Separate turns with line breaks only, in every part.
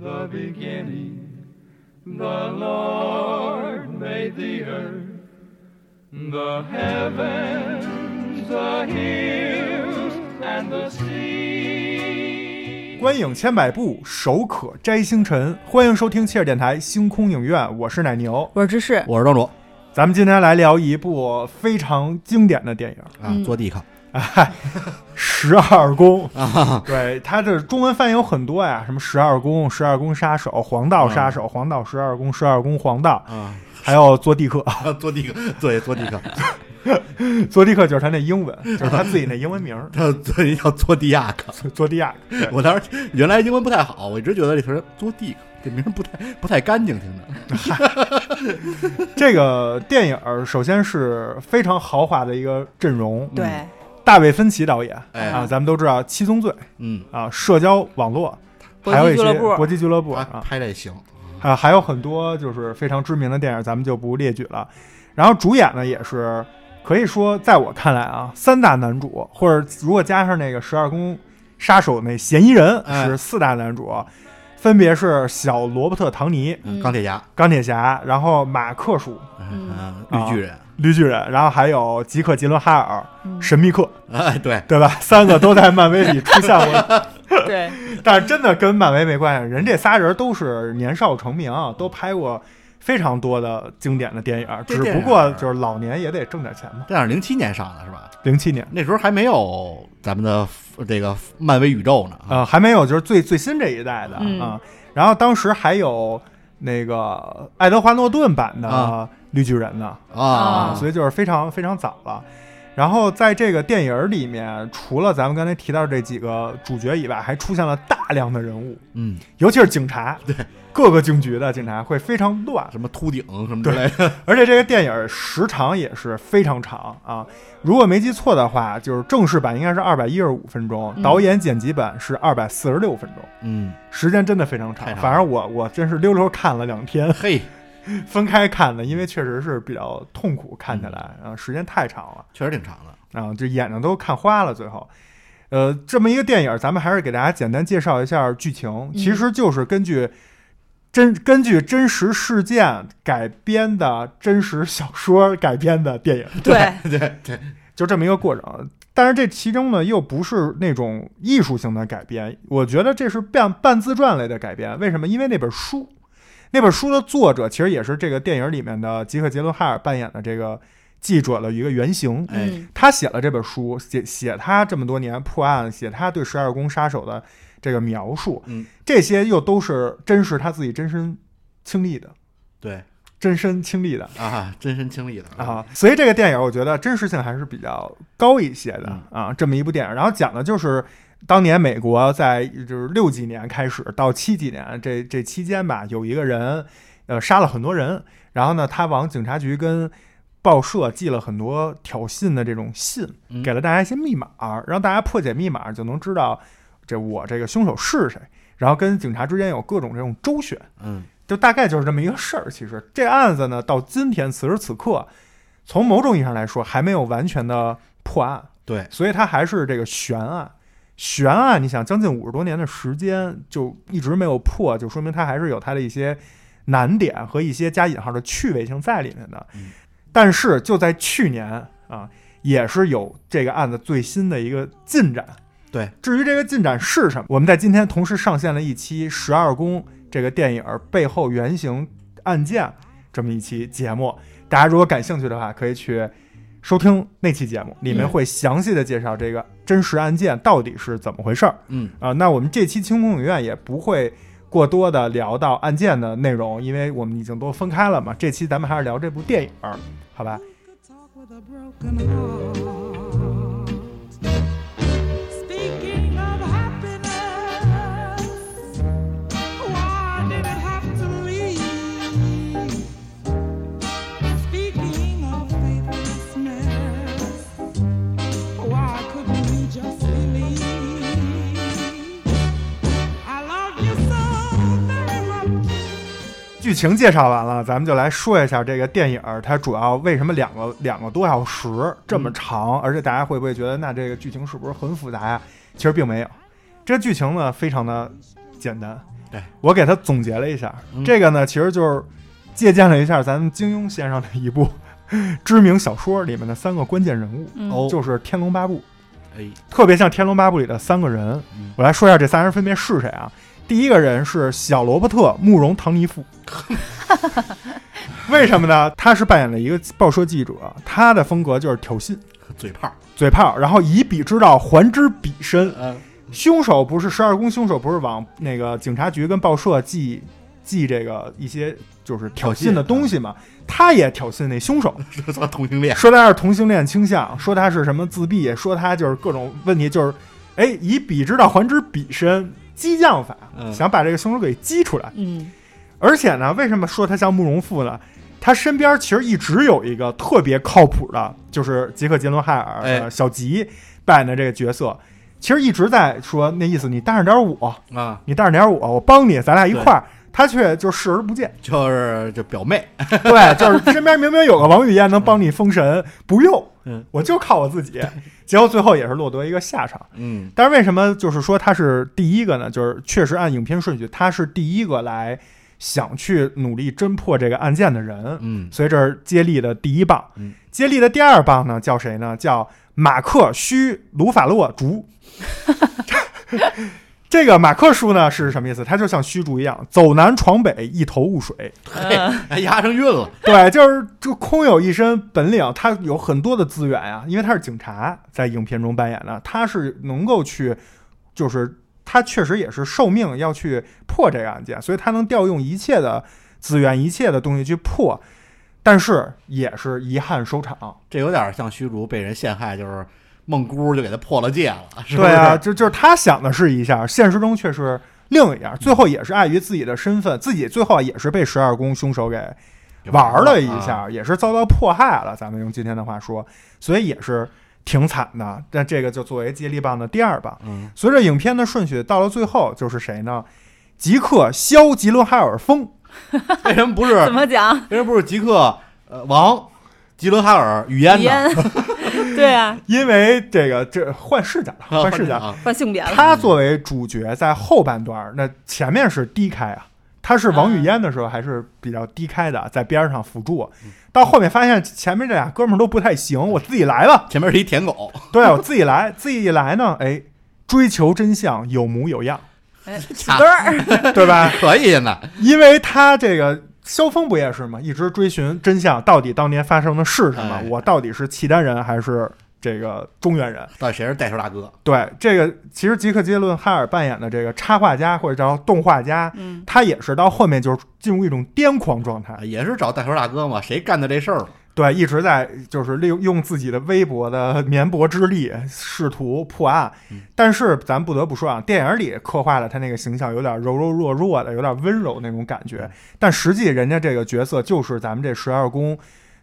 the beginning, the Lord made the earth, the heavens, the hills, and the sea.
观影千百步，手可摘星辰。欢迎收听切尔电台星空影院，我是奶牛。
我是芝士，
我是庄主
咱们今天来聊一部非常经典的电影
啊，坐地看
《十二宫》。
啊，
对，它的中文翻译有很多呀，什么十二宫、十二宫杀手、黄道杀手、黄道十二宫、十二宫黄道，
嗯啊，
还有做地 克。
坐地看，对，坐地 看，，
做地克就是他那英文，就是他自己那英文名儿
他对要坐地亚看。
做地亚。
我当时原来英文不太好，我一直觉得这词儿坐地看这名儿不太不太干净，听着。
这个电影儿首先是非常豪华的一个阵容，
对，
大卫芬奇导演、
哎
啊，咱们都知道《七宗罪》
嗯，
啊，社交网络，
搏
还有
击
一
俱
些
乐部
搏击俱乐部
他
啊
拍这行，
啊，还有很多就是非常知名的电影，咱们就不列举了。然后主演呢也是可以说，在我看来啊，三大男主，或者如果加上那个十二宫杀手那嫌疑人
哎
是四大男主，分别是小罗伯特·唐尼、
嗯
钢铁侠，
钢铁侠，然后马克叔、
嗯
嗯，绿巨人，
绿巨人，然后还有吉克·吉伦哈尔、
嗯
神秘客，
哎，对，
对吧？三个都在漫威里出现过，
对，
但是真的跟漫威没关系，人这仨人都是年少成名，啊都拍过非常多的经典的电影，
嗯这
只
电
不
影
过就是老年也得挣点钱嘛。
这样零七年上的是吧？
零七年，
那时候还没有咱们的这个漫威宇宙呢啊，
呃，还没有就是最最新这一代的啊、
嗯
然后当时还有那个爱德华诺顿版的
啊
绿巨人呢，
啊
所以就是非常非常早了。然后在这个电影里面，除了咱们刚才提到这几个主角以外，还出现了大量的人物，
嗯，
尤其是警察，对各个警局的警察会非常乱。
什么秃顶什么之类的，
而且这个电影时长也是非常长啊，如果没记错的话，就是正式版应该是二百一十五分钟，
嗯
导演剪辑版是二百四十六分钟，
嗯，
时间真的非常长
太。长了
反正我我真是溜溜看了两天，
嘿，
分开看的，因为确实是比较痛苦，看起来啊时间太长了
确实挺长的，
啊，这眼睛都看花了。最后，呃，这么一个电影，咱们还是给大家简单介绍一下剧情，其实就是根据。真根据真实事件改编的真实小说改编的电影，
对，
对哎对，
就这么一个过程。但是这其中呢，又不是那种艺术性的改编，我觉得这是半半自传类的改编。为什么？因为那本书，那本书的作者其实也是这个电影里面的吉克·杰伦哈尔扮演的这个记者的一个原型。
哎，
嗯
他写了这本书，写写他这么多年破案，写他对十二宫杀手的这个描述，
嗯，
这些又都是真实他自己真身经历的，
对
真身经历的。
啊，真身经历的，
啊，所以这个电影我觉得真实性还是比较高一些的啊，这么一部电影，然后讲的就是当年美国在就是六几年开始到七几年这这期间吧，有一个人呃杀了很多人，然后呢他往警察局跟报社寄了很多挑衅的这种信，
嗯
给了大家一些密码，让大家破解密码就能知道这我这个凶手是谁，然后跟警察之间有各种这种周旋。
嗯，
就大概就是这么一个事儿。其实这案子呢，到今天此时此刻，从某种意义上来说，还没有完全的破案，
对，
所以它还是这个悬案。悬案，你想，将近五十多年的时间就一直没有破，就说明它还是有它的一些难点和一些加引号的趣味性在里面的。
嗯
但是就在去年啊，也是有这个案子最新的一个进展。
对，
至于这个进展是什么，我们在今天同时上线了一期《十二宫》这个电影背后原型案件这么一期节目，大家如果感兴趣的话，可以去收听那期节目，里面
嗯
会详细的介绍这个真实案件到底是怎么回事儿
嗯，
啊、那我们这期清空影院也不会过多的聊到案件的内容，因为我们已经都分开了嘛。这期咱们还是聊这部电影儿，好吧？
could talk with a broken heart. Speaking of happiness, why did it have to leave? Speaking of faithlessness, why couldn't we just believe? I love you so very much.
剧情介绍完了，咱们就来说一下这个电影儿，它主要为什么两个两个多小时这么长，
嗯
而且大家会不会觉得那这个剧情是不是很复杂呀？其实并没有，这剧情呢非常的简单，
对
我给他总结了一下，
哎嗯
这个呢其实就是借鉴了一下咱们金庸先生的一部 知名小说里面的三个关键人物，
嗯
哦，
就是《天龙八部》，
哎，
特别像《天龙八部》里的三个人。
嗯
我来说一下这三人分别是谁啊？第一个人是小罗伯特·慕容·唐尼夫，为什么呢？他是扮演了一个报社记者，他的风格就是挑衅、
嘴炮，
嘴炮，然后以彼之道还之彼身。
嗯
凶手不是十二宫，凶手不是往那个警察局跟报社寄寄这个一些就是挑衅的东西嘛？他也挑衅那凶手，
这算同性恋，
说他是同性恋倾向，说他是什么自闭，说他就是各种问题，就是哎，以彼之道还之彼身，激将法，
嗯
想把这个凶手给激出来。
嗯
而且呢，为什么说他像慕容复呢？他身边其实一直有一个特别靠谱的，就是杰克·杰伦哈尔、
哎
呃小吉扮演的这个角色，其实一直在说那意思，你搭上点我，
啊，
你搭上点我，我帮你，咱俩一块儿。他却就视而不见，
就是这表妹，
对，就是 身边明明有个王语嫣能帮你封神，不用，
嗯
我就靠我自己。结果最后也是落得一个下场。
嗯
但是为什么就是说他是第一个呢？就是确实按影片顺序，他是第一个来想去努力侦破这个案件的人，
嗯
所以这是接力的第一棒。
嗯
接力的第二棒呢，叫谁呢？叫马克·须鲁法洛竹。这个马克叔呢是什么意思？他就像虚竹一样，走南闯北，一头雾水。
嗯
哎，押上韵了，
对，就是就空有一身本领，他有很多的资源呀、因为他是警察，在影片中扮演的，他是能够去，就是他确实也是受命要去破这个案件，所以他能调用一切的资源、一切的东西去破，但是也是遗憾收场。
这有点像虚竹被人陷害，就是梦姑就给他破了戒了，是不
对
是？
啊，就就是他想的是一下，现实中却是另一样，最后也是碍于自己的身份，自己最后也是被十二宫凶手给
给
玩
玩
了一
啊，
下，也是遭到迫害了。咱们用今天的话说，所以也是挺惨的。但这个就作为接力棒的第二棒。
嗯，
随着影片的顺序，到了最后就是谁呢？极客肖吉伦哈尔峰，
为什么不是？
怎么讲？
为什么不是吉克呃王吉伦哈尔语嫣
语
呢？
言，对啊，
因为这个这换视角了， 换视角。
啊，
换性 别了，
他作为主角在后半段儿，那前面是低开啊，他是王语嫣的时候还是比较低开的，在边上辅助。到后面发现前面这俩哥们儿都不太行，我自己来吧。
前面是一舔狗，
对我自己来，自己一来呢，哎，追求真相有模有样，
哎，
卡
墩儿，
对吧？
可以现在，
因为他这个萧峰不也是吗？一直追寻真相，到底当年发生的是什么
哎？
我到底是契丹人还是这个中原人？
到底谁是带头大哥？
对，这个其实吉克·杰伦哈尔扮演的这个插画家或者叫动画家，
嗯，
他也是到后面就是进入一种癫狂状态
啊，也是找带头大哥嘛，谁干的这事儿嘛？
对，一直在就是利用用自己的微薄的绵薄之力试图破案
嗯，
但是咱不得不说啊，电影里刻画了他那个形象有点柔柔弱弱的，有点温柔那种感觉，但实际人家这个角色就是咱们这十二宫。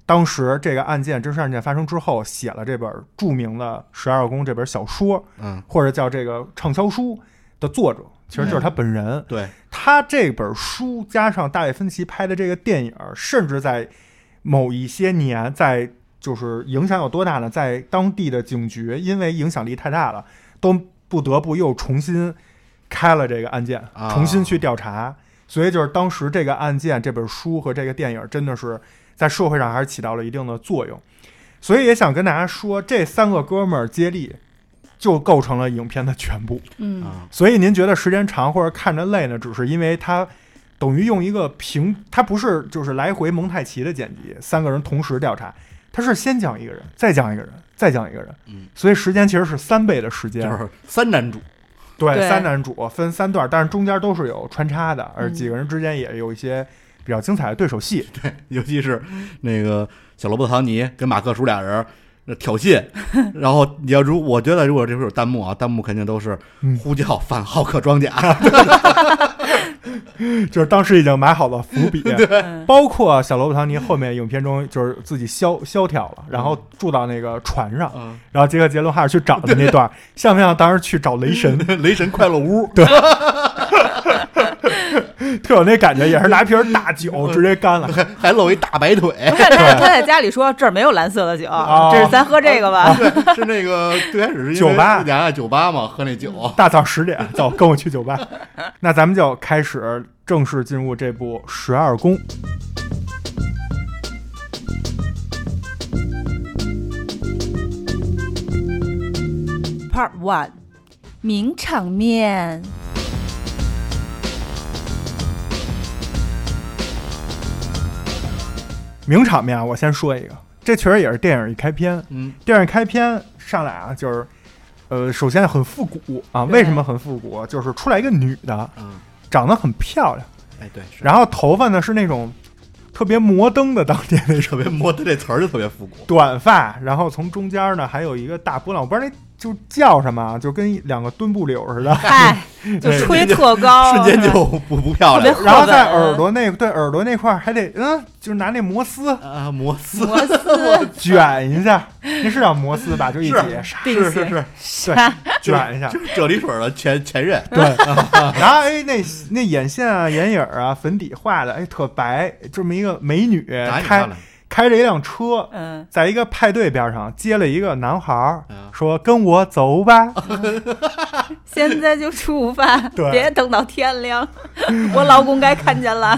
当时这个案件真实案件发生之后，写了这本著名的《十二宫》这本小说，
嗯，
或者叫这个畅销书的作者，其实就是他本人。
对，
他这本书加上大卫芬奇拍的这个电影，甚至在某一些年，在就是影响有多大呢？在当地的警局，因为影响力太大了，都不得不又重新开了这个案件
啊，
重新去调查。所以就是当时这个案件、这本书和这个电影，真的是在社会上还是起到了一定的作用。所以也想跟大家说，这三个哥们儿接力，就构成了影片的全部。
嗯，
啊，
所以您觉得时间长或者看着累呢，只是因为它等于用一个平，它不是就是来回蒙太奇的剪辑，三个人同时调查，它是先讲一个人，再讲一个人，再讲一个人，
嗯，
所以时间其实是三倍的时间，
就是三男主，
对，
对
三男主分三段，但是中间都是有穿插的，而几个人之间也有一些比较精彩的对手戏，
尤其是那个小罗伯特唐尼跟马克叔俩人。那挑衅，然后你要如我觉得如果这会儿有弹幕啊，弹幕肯定都是
嗯
呼叫反浩克装甲，
就是当时已经埋好了伏笔。
嗯
包括小罗伯特唐尼后面影片中就是自己萧萧条了，然后住到那个船上，
嗯
然后杰克·杰伦哈尔去找的那段， 像不像当时去找雷神？
雷神快乐屋，
特有那感觉，也是拿瓶儿大酒直接干了。
还露一大白腿
我，看他他在家里说这儿没有蓝色的酒，这是咱喝这个吧。
对，是那个最开始是因为
酒吧嗯
俩在酒吧嘛，喝那酒，
大早十点，走，跟我去酒吧。那咱们就开始正式进入这部《十二宫》。
Part One，名场面。
名场面啊，我先说一个，这确实也是电影一开篇。
嗯，
电影开篇上来啊，就是，呃，首先很复古啊，
对
为什么很复古？啊就是出来一个女的，
嗯，
长得很漂亮，
哎对，是
然后头发呢是那种特别摩登的当年那种
特别摸他这词儿就特别复古，
短发，然后从中间呢还有一个大波浪，我不知道那就叫什么啊，就跟两个墩布柳似的。
嗨，就吹特
哦
高，
瞬间就不不漂亮
特
然后在耳朵那对耳朵那块儿还得嗯，就是拿那摩丝
啊，摩丝
摩丝
卷一 下，那是叫摩丝吧？就一起
是
唰
并
是是
行
是，
卷一下
就，是啫喱水的前前任，
对。然后哎，那那眼线啊、眼影儿啊、粉底画的哎特白，这么一个美女
哪里漂
开
亮？
开着一辆车，
嗯，
在一个派对边上接了一个男孩儿
嗯，
说跟我走 吧。
现在就出发，
对
别等到天亮， 我老公该看见了。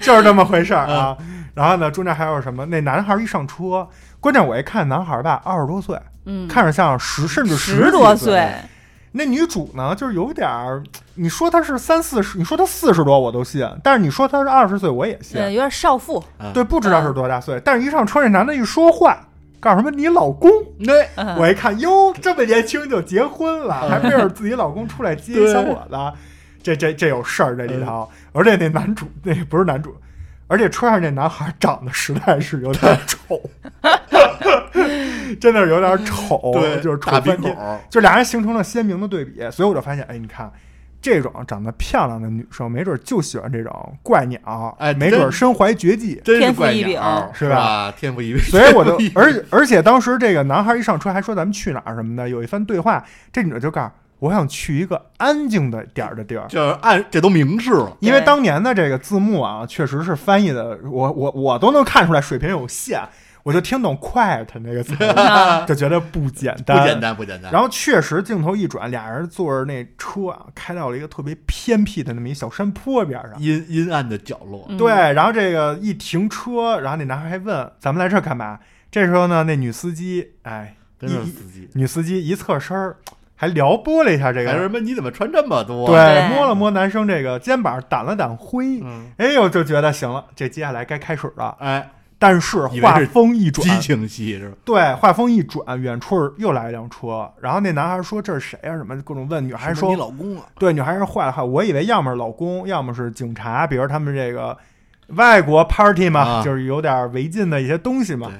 就是这么回事儿啊。
嗯
然后呢，中间还有什么？那男孩儿一上车，关键我一看男孩儿吧，二十多岁，
嗯，
看着像十甚至
十
几
多
岁
岁。，
那女主呢，就是有点儿，你说她是三四十，你说她四十多我都信，但是你说她是二十岁我也信
嗯，。有点少妇，
对，不知道是多大岁，但是一上车那男的一说话。告诉什么？你老公？
那
嗯
我一看，哟，这么年轻就结婚
嗯
了，还没有自己老公出来接一小伙子，这这这有事儿这里头。而且那男主，那不是男主，而且车上那男孩长得实在是有 点丑， 真的是有点丑，
对，
哦就是丑
大鼻
翻
孔
天，，就俩人形成了鲜明的对比。所以我就发现，哎，你看。这种长得漂亮的女生，没准就喜欢这种怪鸟，
哎
没准
真
身怀绝技，
真是
天赋
怪
异
鸟
禀
是
是吧
吧？天赋异 禀，
所以我就
天赋异，禀
而且而且当时这个男孩一上车还说咱们去哪儿什么的，有一番对话，这女的就告诉我想去一个安静的点儿的地儿。
就是按这都明示了，
因为
对
当年的这个字幕啊，确实是翻译的，我我我都能看出来水平有限，我就听懂 quiet 那个词
啊
儿，就觉得不简
不
单，
简。单不啊简单。
然后确实镜头一转，俩人坐着那车啊，开到了一个特别偏僻的那么一小山坡边上，
阴阴暗的角落，
嗯
对，然后这个一停车，然后那男孩还问咱们来这儿干嘛？这时候呢，那女司机，哎，
跟
一
着
一
司机，
女司机一侧身儿，还撩拨了一下这
还
个
哎说什
人，
么你怎么穿这么多？
对，
对
摸了摸男生这个肩膀，掸了掸灰，
嗯，
哎呦，就觉得行了，这接下来该开始了。
哎，
但是
以为
话
是
锋一转，
激情戏是吧？
对，话锋一转，远处又来一辆车，然后那男孩说这是谁啊？什么各种问，女孩
什么
说
你老公啊，
对，女孩是坏了哈，我以为要么是老公，要么是警察，比如他们这个外国 party 嘛，
啊
就是有点违禁的一些东西嘛
对。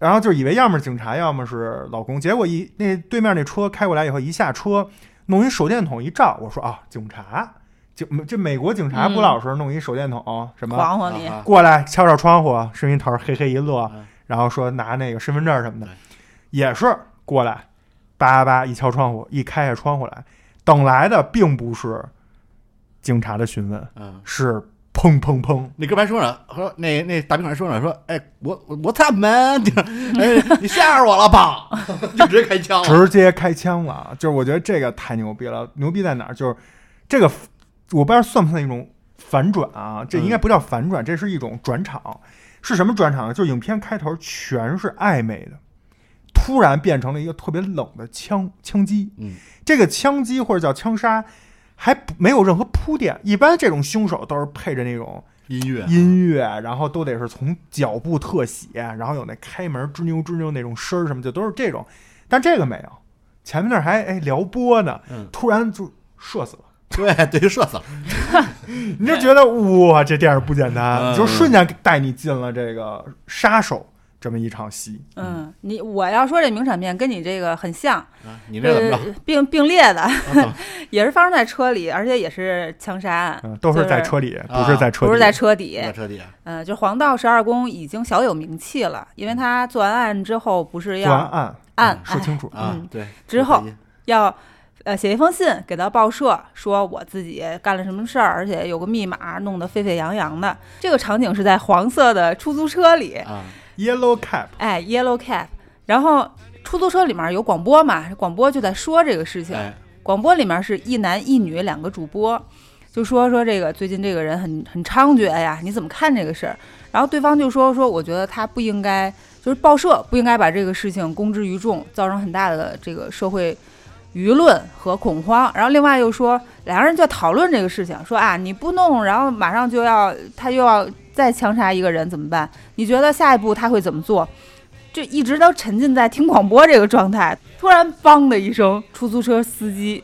然后就以为要么是警察，要么是老公，结果一那对面那车开过来以后，一下车弄一手电筒一照，我说啊，警察，警这美国警察不
嗯
老是弄一手电筒、什么
晃晃你，
啊
过来敲敲窗户，伸一头嘿嘿一乐
嗯，
然后说拿那个身份证什么的
对，
也是过来，叭叭叭一敲窗户，一开开窗户来，等来的并不是警察的询问，
嗯，
是砰砰砰，
那哥们还说呢，说那那大兵还说呢，说哎，我我我操门， 哎，你吓着我了吧？就直接开枪了，
直接开枪了。就是我觉得这个太牛逼了，牛逼在哪儿？就是这个，我不知道算不算一种反转啊？这应该不叫反
嗯
转，这是一种转场。是什么转场呢？就是影片开头全是暧昧的，突然变成了一个特别冷的枪枪击。
嗯，
这个枪击或者叫枪杀，还不没有任何铺垫。一般这种凶手都是配着那种
音乐，
音乐，然后都得是从脚步特写，然后有那开门吱扭吱扭那种声儿什么，就都是这种。但这个没有，前面那儿还哎撩拨呢
嗯，
突然就射死了。
对对，就射死了，
你就觉得哇，这电影不简单，
嗯
就瞬间带你进了这个杀手这么一场戏。
嗯，你我要说这名场面跟你这个很像，
啊你这怎么
呃
着？，
并并列的，
啊怎么
也是发生在车里，而且也是枪杀案，
嗯，都是在
就是
车里，不是在车里，
不是在车底。
这彻底啊，
嗯、就黄道十二宫已经小有名气了，因为他做完案之后不是
做完
要
案
按
说清楚，
啊
嗯
对，
之后要呃，写一封信给到报社，说我自己干了什么事儿，而且有个密码，弄得沸沸扬扬的。这个场景是在黄色的出租车里，
啊，
Yellow Cap，
哎，Yellow Cab，然后出租车里面有广播嘛，广播就在说这个事情。
哎，
广播里面是一男一女两个主播，就说说这个最近这个人很很猖獗呀，你怎么看这个事儿？然后对方就说说，我觉得他不应该，就是报社不应该把这个事情公之于众，造成很大的这个社会舆论和恐慌。然后另外又说，两个人就讨论这个事情，说啊你不弄，然后马上就要他又要再枪杀一个人怎么办？你觉得下一步他会怎么做？就一直都沉浸在听广播这个状态，突然“梆”的一声，出租车司机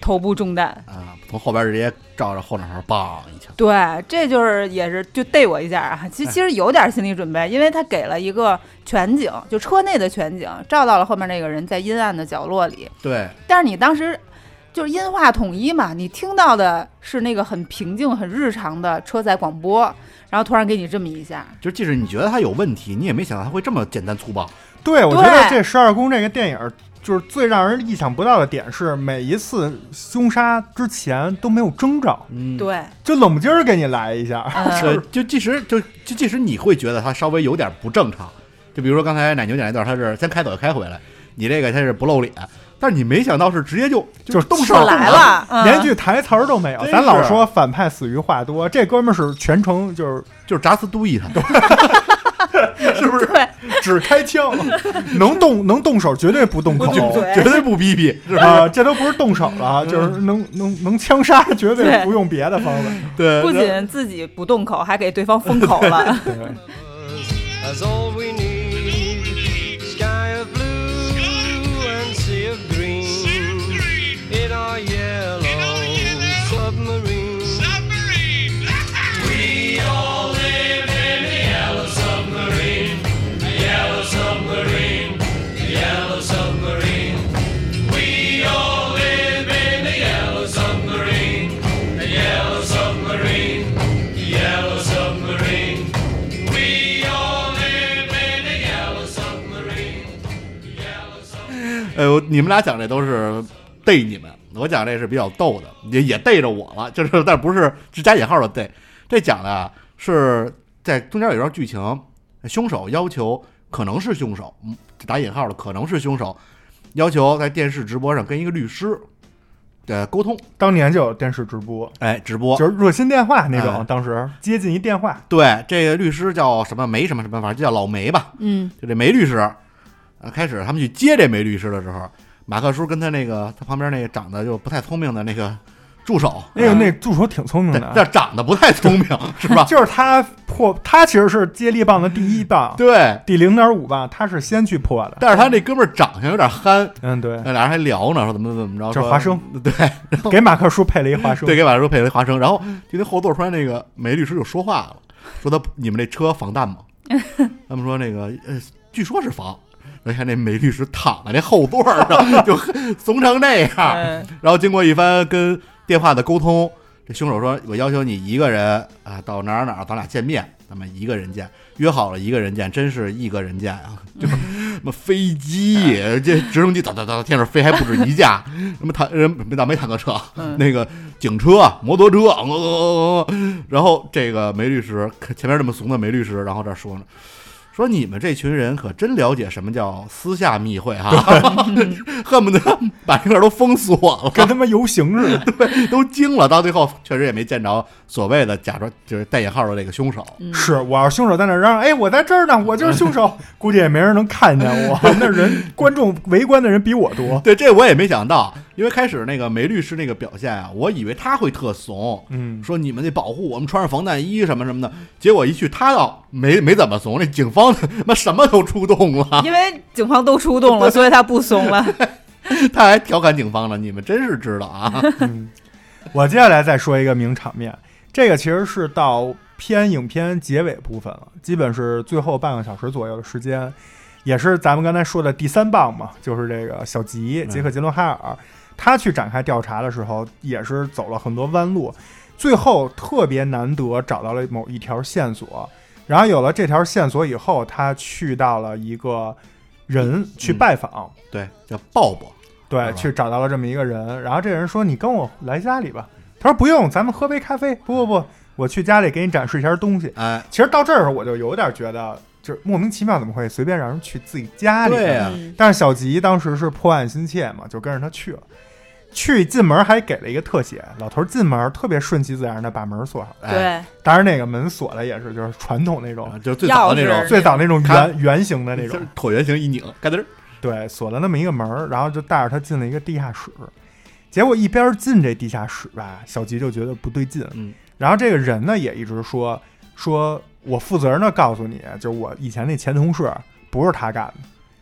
头部中弹。
啊，从后边直接照着后脑勺梆一枪，
对，这就是也是就逮我一下啊！其实其实有点心理准备，因为他给了一个全景，就车内的全景，照到了后面那个人在阴暗的角落里。
对，
但是你当时就是音画统一嘛，你听到的是那个很平静、很日常的车载广播，然后突然给你这么一下，
就即使你觉得他有问题，你也没想到他会这么简单粗暴。
对我觉
对
得这十二宫这个电影。就是最让人意想不到的点是，每一次凶杀之前都没有征兆，
嗯，
对，
就冷不丁儿给你来一下。
嗯、
对，就即使就就即使你会觉得他稍微有点不正常，就比如说刚才奶牛讲那段，他是先开走又开回来，你这个他是不露脸，但是你没想到是直接就
就是
动
就
手动
来
脑
了，嗯、
连句台词儿都没有
真。
咱老
是
说反派死于话多，这哥们儿是全程就是
就是砸死都一他，是不是？
对，
只开枪， 能动能动手绝对不动口
就
对
绝对不逼逼，是吧？
啊！这都不是动手了啊，就是能能能枪杀，绝对
对
不用别的方法。
对，
不仅自己不动口，还给呃 对方封口了。
That's all we need. Sky of blue and sea of green. In our yellow submarine. We all live in a yellow submarine. A yellow submarine. A yellow submarine. We all live in a yellow submarine. A yellow submarine. A yellow submarine. We all live in a yellow submarine. Yellow submarine.
哎呦，你们俩讲这都是逮你们，我讲这是比较逗的，也也逮着我了，就是但不是是加引号的逮。这讲的啊是在中间有一段剧情，凶手要求可能是凶手，嗯打引号的可能是凶手，要求在电视直播上跟一个律师呃沟通，
当年就有电视直播，
哎，直播
就是热心电话那
哎
种，当时接进一电话，
对这个律师叫什么梅什么什么，反正就叫老梅吧，
嗯，
就这梅律师，啊，开始他们去接这梅律师的时候，马克叔跟他那个他旁边那个长得就不太聪明的那个助手，
那个哎那助手挺聪明
嗯对，
的
但长得不太聪 明是吧？
就是他破，他其实是接力棒的第一棒，
对，
第零点五棒，他是先去破的。
但是他那哥们儿长相有点憨，
嗯，对，
那俩人还聊呢，说怎么怎么着，
就是
说
华生，
对
给马克叔配了一花生
对，。给马克叔配了一华生，然后就那后座突然那个梅律师就说话了，说他你们这车防 弹吗？他们说那个呃，据说是防。 然后看那梅律师躺在那后座上，就 怂成那样，
嗯
然后经过一番跟电话的沟通，这凶手说：“我要求你一个人啊，到哪儿哪儿，咱俩见面，咱们一个人见，约好了一个人见，真是一个人见啊！ 就是什么飞机、这直升机，哒哒哒，天上飞还不止一架， 什么坦人没没坦克车，那个警车、摩托车，呃呃呃呃然后这个梅律师前面这么怂的梅律师，然后这说呢。”说你们这群人可真了解什么叫私下密会哈、 恨不得把这块儿都封锁 了，
跟他妈游行似的，
都惊了，到最后确实也没见着所谓的假装就是带引号的这个凶手。
是我要是凶手在那嚷嚷，哎，我在这儿呢，我就是凶手， 估计也没人能看见我。那人观众围观的人比我多，
对，这我也没想到，因为开始那个梅律师那个表现啊，我以为他会特怂，
嗯
说你们得保护我们，穿上防弹衣什么什么的。结果一去，他倒没没怎么怂，那警方他妈什么都出动了，
因为警方都出动了，所以他不松了。
他还调侃警方了，你们真是知 道啊！
我接下来再说一个名场面，这个其实是到片影片结尾部分了，基本是最后半个小时左右的时间，也是咱们刚才说的第三棒嘛，就是这个小吉杰克·杰伦哈尔，他去展开调查的时候，也是走了很多弯路，最后特别难得找到了某一条线索，然后有了这条线索以后，他去到了一个人去拜访，
对，叫鲍勃，
对，去找到了这么一个人，然后这人说：“你跟我来家里吧。”他说：“不用，咱们喝杯咖啡。”
嗯
不不不，我去家里给你展示一下东西。
哎，
其实到这儿我就有点觉得，就是莫名其妙怎么会随便让人去自己家里？
对啊呀、
但是小吉当时是破案心切嘛，就跟着他去了。去进门还给了一个特写，老头进门特别顺其自然的把门锁上。
哎，
对，
当然那个门锁的也是就是传统那种，
就是最早的那
钥
种
匙
最早那种
咔
圆圆形的那
就
种
是， 椭圆形一拧，嘎噔儿，
对，锁了那么一个门儿，然后就带着他进了一个地下室。结果一边进这地下室吧，小吉就觉得不对劲。
嗯，
然后这个人呢也一直说说，我负责任的告诉你，就我以前那前同事不是他干的。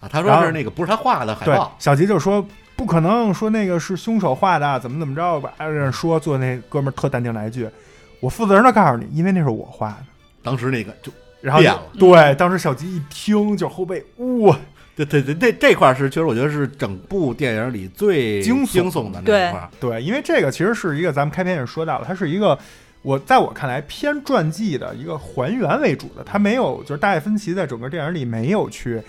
啊，他
然
说
后
是那个不是他画的海
对
报，，
小吉就说不可能，说那个是凶手画的，怎么怎么着吧？哎这样说，做那哥们儿特淡定来一句，我负责任的告诉你，因为那是我画的。
当时那个就
然后就
变了
对，当时小吉一听就后背哇，
对对对，这这块儿是，其实我觉得是整部电影里最
惊悚
惊悚的那
对
一块儿。
对，因为这个其实是一个咱们开篇也说到了，它是一个我在我看来偏传记的一个还原为主的，它没有就是大卫芬奇在整个电影里没有去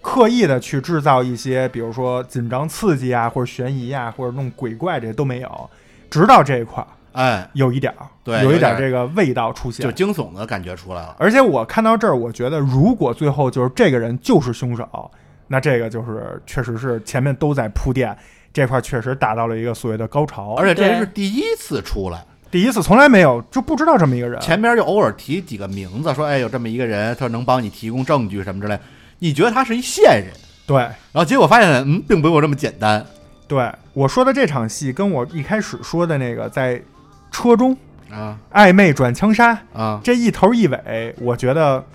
刻意的去制造一些，比如说紧张刺激啊，或者悬疑啊，或者弄鬼怪这些都没有，直到这一块儿
哎，
有一点儿，
对
有
有
一点
点
儿这个味道出现
就。惊悚的感觉出来了。
而且我看到这儿，我觉得如果最后就是这个人就是凶手，那这个就是确实是前面都在铺垫，这块儿确实达到了一个所谓的高潮，
而且这人
对
是第一次出来，
第一次从来没有就不知道这么一个人，
前边就偶尔提几个名字，说哎有这么一个人，他能帮你提供证据什么之类。你觉得他是一线人，
对
然后结果发现嗯，并没有这么简单
对，我说的这场戏跟我一开始说的那个在车中
啊
暧昧转枪杀
啊！
这一头一尾，我觉得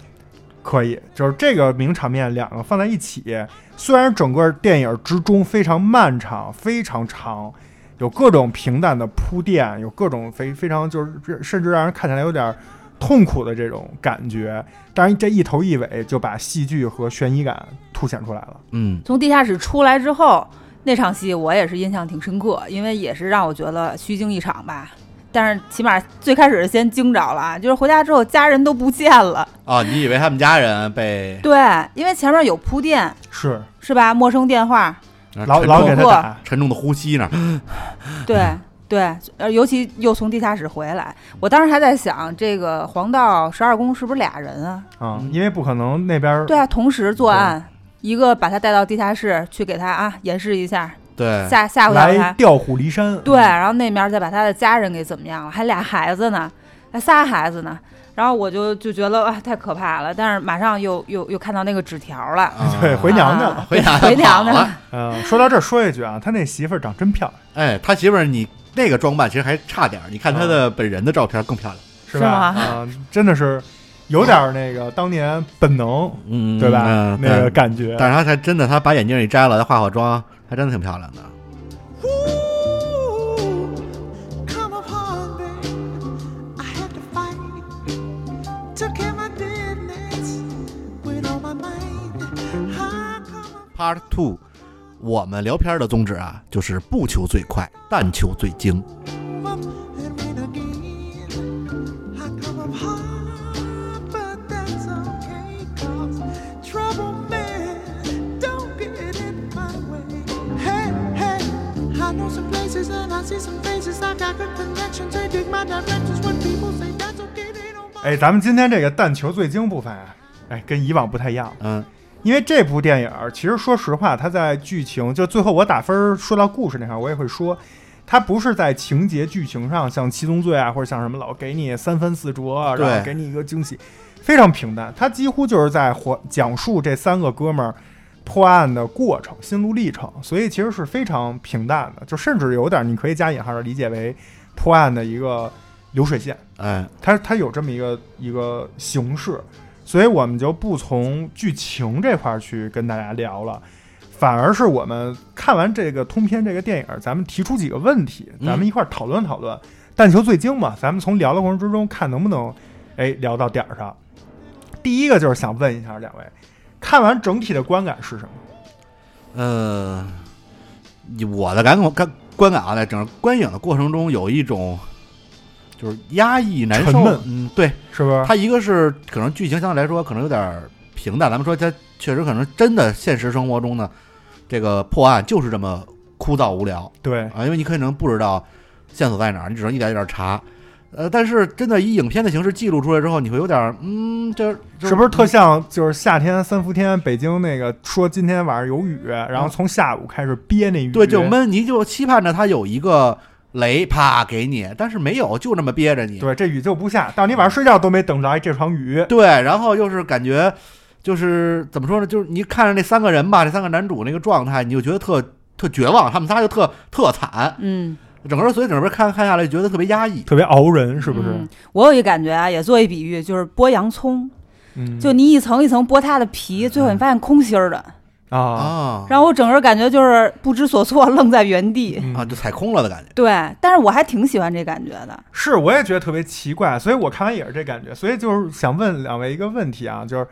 可以，就是这个名场面两个放在一起，虽然整个电影之中非常漫长，非常长，有各种平淡的铺垫，有各种非非常就是甚至让人看起来有点痛苦的这种感觉，但是这一头一尾就把戏剧和悬疑感凸显出来了。
嗯，
从地下室出来之后，那场戏我也是印象挺深刻，因为也是让我觉得虚惊一场吧。但是起码最开始是先惊着了啊，就是回家之后家人都不见了。
啊，你以为他们家人被
对，因为前面有铺垫，
是，
是吧？陌生电话，
老
啊沉
老
重
给他
过
打，
沉重的呼吸呢？
对 对，呃，尤其又从地下室回来，我当时还在想，这个黄道十二宫是不是俩人啊？
啊，因为不可能那边儿
对啊，同时作案，一个把他带到地下室去给他啊演示一下，
对，
吓吓唬吓
来
唬他。
调虎离山。嗯
对，然后那面再把他的家人给怎么样了？还俩孩子呢，还仨孩子呢。然后我就就觉得啊，太可怕了。但是马上又又又看到那个纸条了，
啊
对回娘家了
啊
回娘
回娘家
家跑
了
了。
嗯，说到这儿说一句啊，他那媳妇儿长真漂亮，
哎，他媳妇儿你那个装扮其实还差点儿，你看他的本人的照片更漂亮，
是
是
吧？
吗
啊，真的是有点儿那个当年本能，
嗯
对吧？
嗯
那个
对
感觉。
但是他才真的，他把眼镜一摘了，他化化妆，还真的挺漂亮的。
Ooh, come upon me. I had to fight. Took care of my business with all my might. I come up-
Part Two，我们聊片儿的宗旨啊，就是不求最快，但求最精。
up and win again. I come up hard, but that's okay, 'cause trouble man, don't get in my way. Hey, hey, I know some places and I see some faces. I got good connections, they dig my directions. When people say that's okay, they don't mind.
哎，咱们今天这个但求最精部分啊，哎，跟以往不太一样，
嗯，
因为这部电影儿其实说实话，它在剧情就最后我打分儿说到故事那块儿，我也会说。它不是在情节剧情上像《七宗罪》啊，或者像什么老给你三番四折，然
对
后给你一个惊喜，非常平淡。它几乎就是在还讲述这三个哥们儿破案的过程、心路历程，所以其实是非常平淡的，就甚至有点你可以加引号的理解为破案的一个流水线。
哎，
它它有这么一个一个形式，所以我们就不从剧情这块儿去跟大家聊了，反而是我们看完这个通篇这个电影，咱们提出几个问题，
嗯
咱们一块儿讨论讨论，但求最精嘛，咱们从聊的过程之中看能不能哎聊到点儿上。第一个就是想问一下两位，看完整体的观感是什么？
呃，我的感感观感啊，在整个观影的过程中，有一种就是压抑难
沉
受
闷。
嗯，对，
是不是？
它一个是可能剧情相对来说可能有点儿平淡，咱们说它确实可能真的现实生活中呢，这个破案就是这么枯燥无聊
对，
啊，因为你可能不知道线索在哪儿，你只能一点一点查。呃，但是真的以影片的形式记录出来之后，你会有点儿，嗯，这这
是不是特像就是夏天三伏天北京那个说今天晚上有雨，然后从下午开始憋那雨，
对，就闷，你就期盼着它有一个雷啪给你，但是没有，就这么憋着你。
对，这雨就不下，到你晚上睡觉都没等着哎这场雨。
对，然后又是感觉，就是怎么说呢？就是你看着那三个人吧，这三个男主那个状态，你就觉得特特绝望，他们仨就特特惨，
嗯，
啊
整个所以整个看看下来，觉得特别压抑。
特别熬人，是不是？
嗯我有一感觉啊，也做一比喻，就是剥洋葱，
嗯，
就你一层一层剥它的皮，最后你发现空心儿的，
啊，
啊
然后我整个感觉就是不知所措，愣在原地。
嗯
啊，就踩空了的感觉。
对，但是我还挺喜欢这感觉的。
是，我也觉得特别奇怪，所以我看完也是这感觉，所以就是想问两位一个问题啊，就是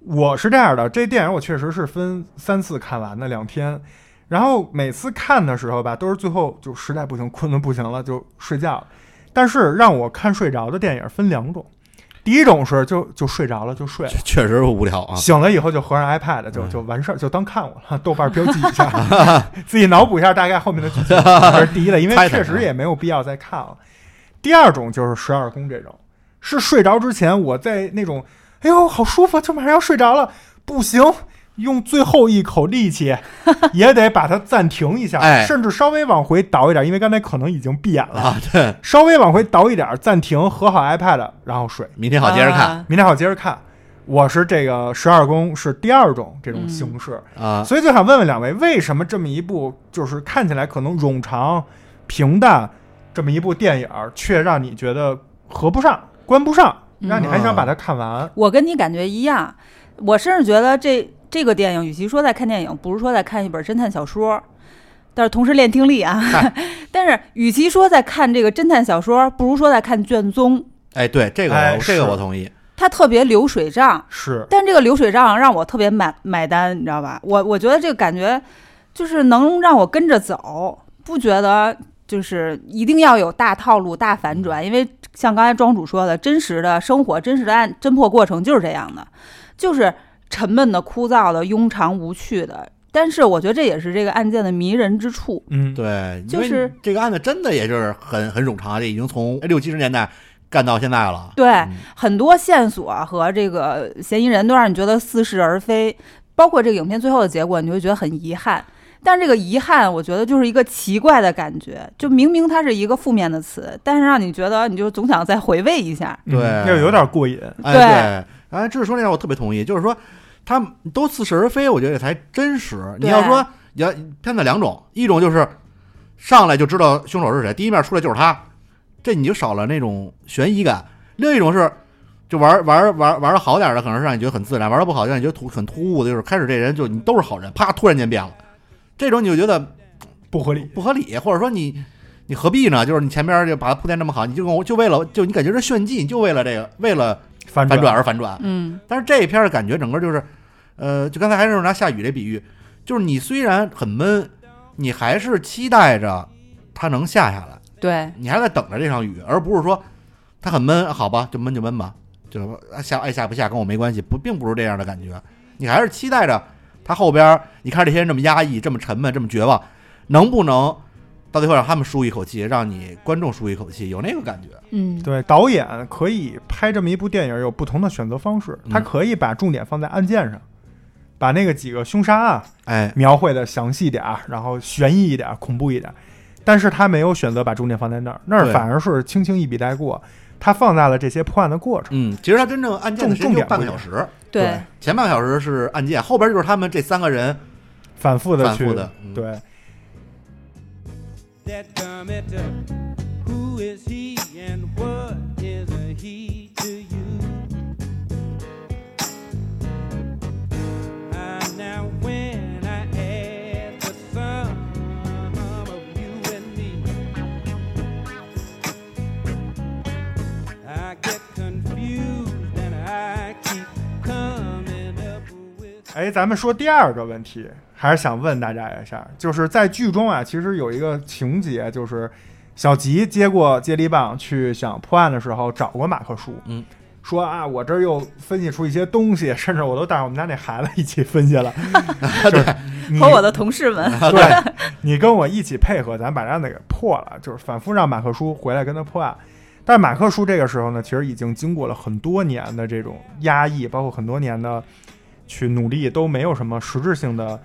我是这样的，这电影我确实是分三次看完的，两天，然后每次看的时候吧，都是最后就实在不行，困得不行了就睡觉了，但是让我看睡着的电影分两种，第一种是就就睡着了就睡了。
确实无聊啊，嗯
醒了以后就合上 iPad，就就完事儿，就当看我了。豆 瓣标记一下，自己脑补一下大概后面的剧 情。这是第一类，因为
猜猜啊
确实也没有必要再看了。第二种就是十二宫这种，是睡着之前我在那种，哎呦好舒服，就马上要睡着了，不行，用最后一口力 气也得把它暂停一下，
哎
甚至稍微往回倒一点，因为刚才可能已经闭眼了，
啊，对，
稍微往回倒一点，暂停，合好 iPad，然后睡。
明天好接着
啊
看
明天好接着看。我是这个十二宫是第二种这种形式，
啊。
所以就想问问两位，为什么这么一部就是看起来可能冗长、平淡这么一部电影儿，却让你觉得合不上、关不上，
嗯
让你还想把它看完？
我跟你感觉一样，我甚至觉得这这个电影，与其说在看电影，不如说在看一本侦探小说。但是同时练听力啊， 但是与其说在看这个侦探小说，不如说在看卷宗，
哎，对，这个我、
哎
这个
是
我同意。
它特别流水账。
是
但这个流水账让我特别买买单，你知道吧？我我觉得这个感觉就是能让我跟着走，不觉得就是一定要有大套路、大反转，因为像刚才庄主说的，真实的生活、真实的案侦破过程就是这样的，就是沉闷的、枯燥的、庸常无趣的。但是我觉得这也是这个案件的迷人之处。
嗯，
对，因
就
为
是
这个案子真的也就是很很冗长，这已经从六七十年代干到现在了。
对
嗯，
很多线索和这个嫌疑人都让你觉得似是而非，包括这个影片最后的结果，你会觉得很遗憾。但是这个遗憾，我觉得就是一个奇怪的感觉，就明明它是一个负面的词，但是让你觉得你就总想再回味一下。
嗯
对
又有点过瘾。
哎，对，哎，这是说那点我特别同意，就是说他们都似是而非，我觉得也才真实。你
对
要说你要片子两种，一种就是上来就知道凶手是谁，第一面出来就是他，这你就少了那种悬疑感；另一种是。就玩玩玩玩的好点的，可能是让你觉得很自然；玩的不好，让你觉得突很突兀的，就是开始这人就你都是好人，啪突然间变了，这种你就觉得
不合理，
不合理，或者说你你何必呢？就是你前边就把它铺垫这么好，你就跟我就为了就你感觉是炫技，你就为了这个为了
反
反转而反转。
嗯，
但是这一片儿感觉整个就是，呃，就刚才还是拿下雨这比喻，就是你虽然很闷，你还是期待着它能下下来，
对，
你还在等着这场雨，而不是说它很闷，好吧，就闷就闷吧，就是说啊下爱下不下跟我没关系，不，并不是这样的感觉，你还是期待着它后边儿，你看这些人这么压抑、这么沉闷、这么绝望，能不能到最后让他们舒一口气，让你观众舒一口气，有那个感觉，
嗯，
对，导演可以拍这么一部电影，有不同的选择方式，他
嗯
可以把重点放在案件上，把那个几个凶杀案
哎，
描绘的详细点儿，然后悬疑一点儿，啊恐怖一点儿。但是他没有选择把重点放在那儿，那儿
对
反而是轻轻一笔带过，他放在了这些破案的过程。
嗯，其实它真正案件的时
重重
间就
点
半
不
个
一
小
样
时。
对，
前半个小时是案件，后边就是他们这三个人
反复的
反
去
复的嗯
对，
That tormentor, who is he and what is a he to you? Ah, now when I add the sum of you and me, I get confused and I keep coming up with.
哎，咱们说第二个问题，还是想问大家一下，就是在剧中啊，其实有一个情节，就是小吉接过接力棒去想破案的时候，找过马克叔，
嗯，
说啊，我这儿又分析出一些东西， 甚至我都带着我们家那孩子一起分析 了，就是你
和我的同事们，
对，你跟我一起配合，咱把这案子给破了，就是反复让马克叔回来跟他破案。但马克叔这个时候呢，其实已经经过了很多年的这种压抑，包括很多年的去努力，都没有什么实质性的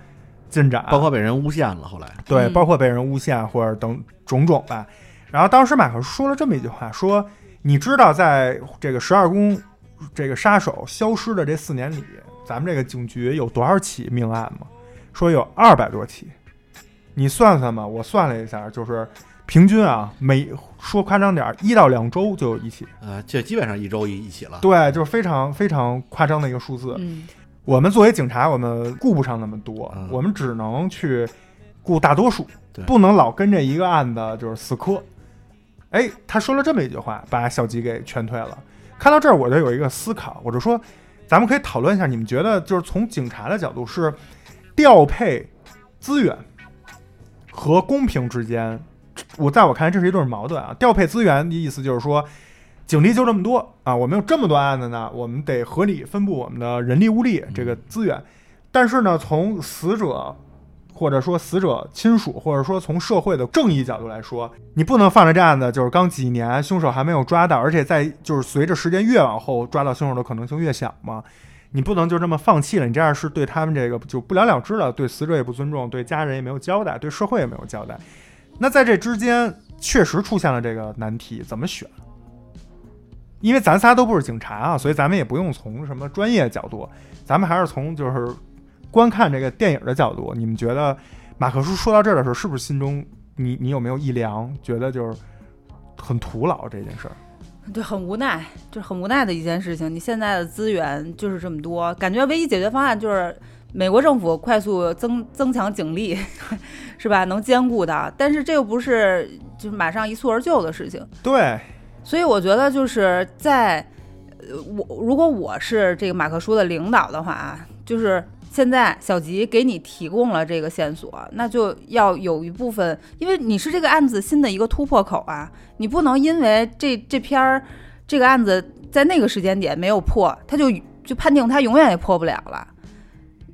进
啊
展，
包括被人诬陷了，后来
对，
嗯
包括被人诬陷或者等种种吧。然后当时马克说了这么一句话，说你知道，在这个十二宫这个杀手消失的这四年里，咱们这个警局有多少起命案吗？说有二百多起，你算算吧。我算了一下，就是平均啊，每说夸张点儿，一到两周就有一起。
呃，这基本上一周一一起了。
对，就是非常非常夸张的一个数字。
嗯
我们作为警察，我们顾不上那么多，
嗯
我们只能去顾大多数
对，
不能老跟着一个案子就是死磕。哎，他说了这么一句话，把小吉给劝退了。看到这儿，我就有一个思考，我就说，咱们可以讨论一下，你们觉得就是从警察的角度是调配资源和公平之间，我在我看来这是一对矛盾啊。调配资源的意思就是说，警力就这么多啊，我们有这么多案子呢，我们得合理分布我们的人力物力这个资源。但是呢，从死者或者说死者亲属，或者说从社会的正义角度来说，你不能放着这案子就是刚几年，凶手还没有抓到，而且在就是随着时间越往后，抓到凶手的可能性越小嘛。你不能就这么放弃了，你这样是对他们这个就不了了之了，对死者也不尊重，对家人也没有交代，对社会也没有交代。那在这之间，确实出现了这个难题，怎么选？因为咱仨都不是警察啊，所以咱们也不用从什么专业角度，咱们还是从就是观看这个电影的角度。你们觉得马克叔说到这儿的时候，是不是心中你你有没有一凉，觉得就是很徒劳这件事儿？
对，很无奈，就是很无奈的一件事情。你现在的资源就是这么多，感觉唯一解决方案就是美国政府快速增增强警力， 是吧？能兼顾的，但是这又不是就是马上一蹴而就的事情。
对，
所以我觉得就是在，呃我如果我是这个马克叔的领导的话啊，就是现在小吉给你提供了这个线索，那就要有一部分，因为你是这个案子新的一个突破口啊，你不能因为这这篇儿这个案子在那个时间点没有破，他就就判定他永远也破不了了。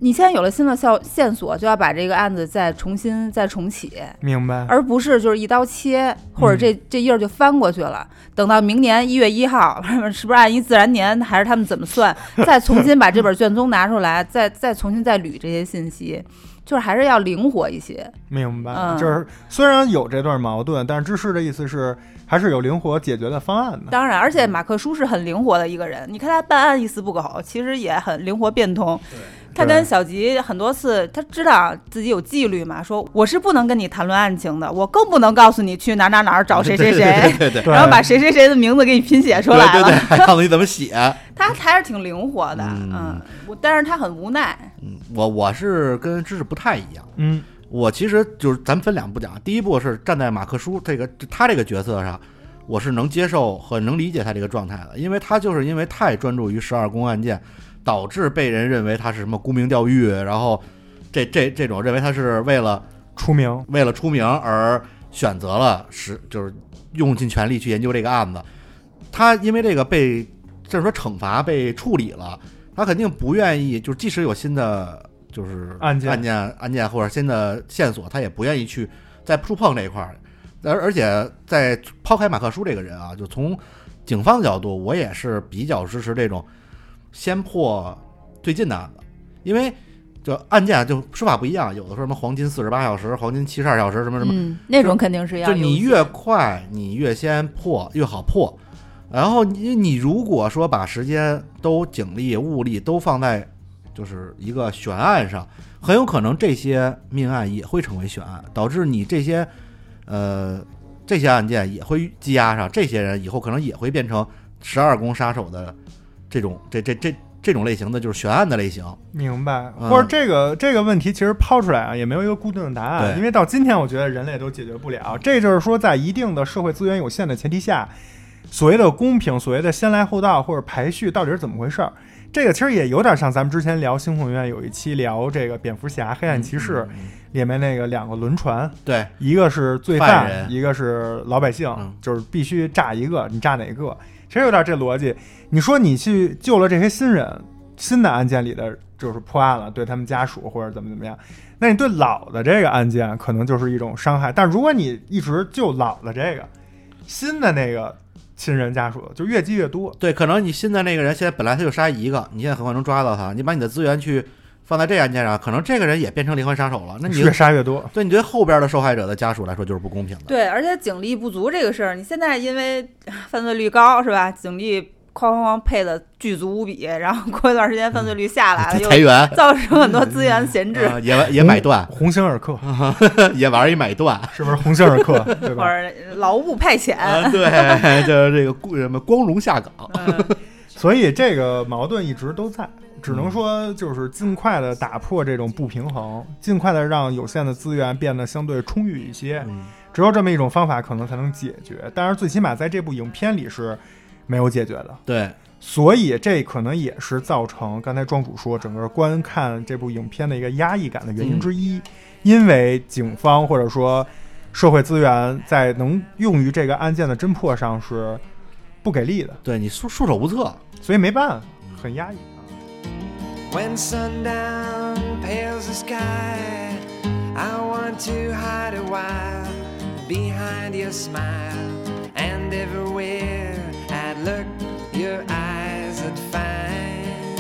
你现在有了新的效线索，就要把这个案子再重新再重启，
明白。
而不是就是一刀切，或者
嗯
这这页儿就翻过去了。等到明年一月一号， 是不是按一自然年，还是他们怎么 算？再重新把这本卷宗拿出来，再再重新再捋这些信息，就是还是要灵活一些。
明白，
嗯
就是虽然有这段矛盾，但是芝士的意思是还是有灵活解决的方案的。
当然，而且马克叔是很灵活的一个人，你看他办案一丝不苟，其实也很灵活变通。他跟小吉很多次，他知道自己有纪律嘛，说我是不能跟你谈论案情的，我更不能告诉你去哪儿哪儿哪儿找谁谁谁，
啊对 对对，
对
然后把谁谁谁的名字给你拼写出来
对对
了
对，。 还告诉你怎么写。
他还是挺灵活的，
嗯
嗯，我但是他很无奈，
嗯，我我是跟知识不太一样。
嗯，
我其实就是咱们分两步讲，第一步是站在马克叔这个他这个角色上，我是能接受和能理解他这个状态的，因为他就是因为太专注于十二宫案件，导致被人认为他是什么沽名钓誉，然后这这这种认为他是为了
出名，
为了出名而选择了使就是用尽全力去研究这个案子。他因为这个被就是说惩罚被处理了，他肯定不愿意，就是即使有新的就是
案件
案件案件或者新的线索，他也不愿意去再触碰这一块儿。而而且在抛开马克叔这个人啊，就从警方的角度，我也是比较支持这种先破最近的案子，因为就案件啊就说法不一样，有的说什么黄金四十八小时、黄金七十二小时什么什么，
嗯，那种肯定是要
就你
优先
越快，你越先破，越好破。然后你你如果说把时间都警力物力都放在就是一个悬案上，很有可能这些命案也会成为悬案，导致你这些呃这些案件也会积压上，这些人以后可能也会变成十二宫杀手的这种这这这这种类型的就是悬案的类型。
明白。
嗯
或者这个、这个问题其实抛出来啊，也没有一个固定的答案，
对
因为到今天我觉得人类都解决不了。这就是说，在一定的社会资源有限的前提下，所谓的公平、所谓的先来后到或者排序到底是怎么回事儿，这个其实也有点像咱们之前聊《星空影院》有一期聊这个蝙蝠侠、黑暗骑
嗯
士、里面那个两个轮船，
对，
一个是罪
犯
犯，
人
一个是老百姓，
嗯
就是必须炸一个，你炸哪个？其实有点这逻辑。你说你去救了这些新人，新的案件里的就是破案了，对他们家属或者怎么怎么样。那你对老的这个案件可能就是一种伤害，但如果你一直救老的这个，新的那个亲人家属就越积越多。
对，可能你现在那个人现在本来他就杀一个，你现在很快能抓到他，你把你的资源去放在这案件上，可能这个人也变成连环杀手了。那你
越杀 越多，
对你对后边的受害者的家属来说就是不公平的。
对，而且警力不足这个事儿，你现在因为 犯罪率高是吧？警力哐哐哐配的巨足无比，然后过一段时间犯罪率下来了，
嗯 裁
又
员，
造成很多资源闲置，
啊也也买断，
鸿星尔克
也玩一买断。
是不是鸿星尔克？
嗯
对
或
吧？
者劳务派遣。
啊，对，就是这个故什么光荣下岗，
嗯
所以这个矛盾一直都在，只能说就是尽快的打破这种不平衡，尽快的让有限的资源变得相对充裕一些。只有这么一种方法，可能才能解决。但是最起码在这部影片里是没有解决的，
对，
所以这可能也是造成刚才庄主说整个观看这部影片的一个压抑感的原因之一，因为警方或者说社会资源在能用于这个案件的侦破上是不给力的，
对你束束手无策，
所以没办法，很压抑。
When sundown pales the sky, I want to hide a while behind your smile. And everywhere I look, your eyes would find.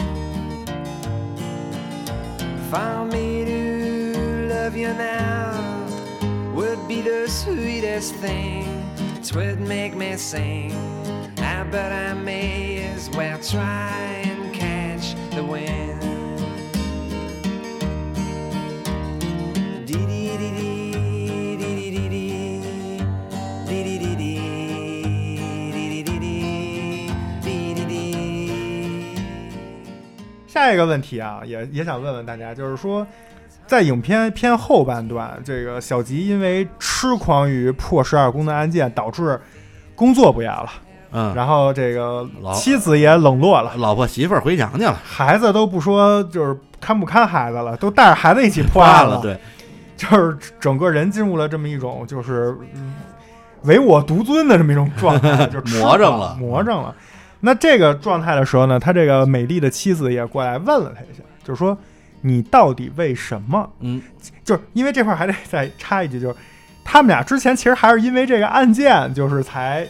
For me to love you now would be the sweetest thing. Twould make me sing. I bet I may as well try and catch the wind. Dee-dee-dee-dee, dee-dee-dee-dee, dee-dee-dee-dee, dee-dee-dee.
下一个问题啊，也也想问问大家，就是说，在影片偏后半段，这个小吉因为痴狂于破十二宫的案件，导致工作不要了，
嗯，
然后这个
老
妻子也冷落了，
老婆媳妇儿回娘家了，
孩子都不说就是看不看孩子了，都带着孩子一起破
挂
案
了，，对，
就是整个人进入了这么一种就是嗯唯我独尊的这么一种状态， 就是痴狂
魔怔了
魔怔了。那这个状态的时候呢，他这个美丽的妻子也过来问了他一下，就是说你到底为什么？
嗯，
就是因为这块儿还得再插一句，就是他们俩之前其实还是因为这个案件，就是才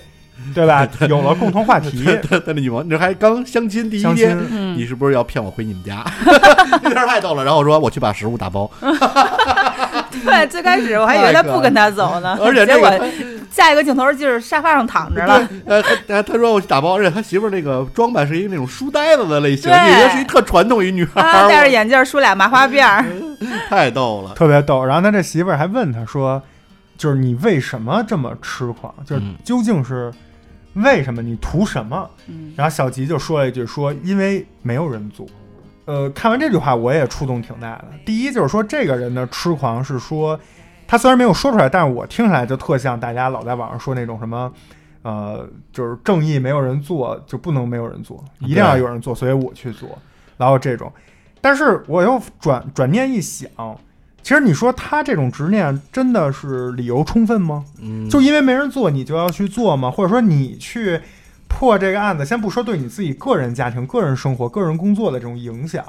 对 吧，有了共同话题。
他他那女朋友，你还刚相亲第一
相亲
天，
嗯
你是不是要骗我回你们家？ 那事儿太逗了。然后我说我去把食物打包，
对，最开始我还以为他不跟他走呢，
嗯而且
结
这
果
个
下一个镜头就是沙发上躺着了，
呃，他他说我去打包，而且他媳妇儿那个装扮是一个那种书呆子的类型，
对
你觉得是一特传统一女孩
啊，
儿，
戴着眼镜梳俩麻花辫儿，
太逗了。
特别逗。然后他这媳妇儿还问他说，就是你为什么这么痴狂？就是
嗯
究竟是为什么？你图什么？
嗯
然后小吉就说了一句说，因为没有人做。呃，看完这句话我也触动挺大的。第一就是说这个人的痴狂是说，他虽然没有说出来，但是我听起来就特像大家老在网上说那种什么。呃，就是正义没有人做，就不能没有人做，一定要有人做，所以我去做。然后这种，但是我又转转念一想，其实你说他这种执念真的是理由充分吗？
嗯，
就因为没人做，你就要去做吗？或者说你去破这个案子，先不说对你自己个人家庭、个人生活、个人工作的这种影响，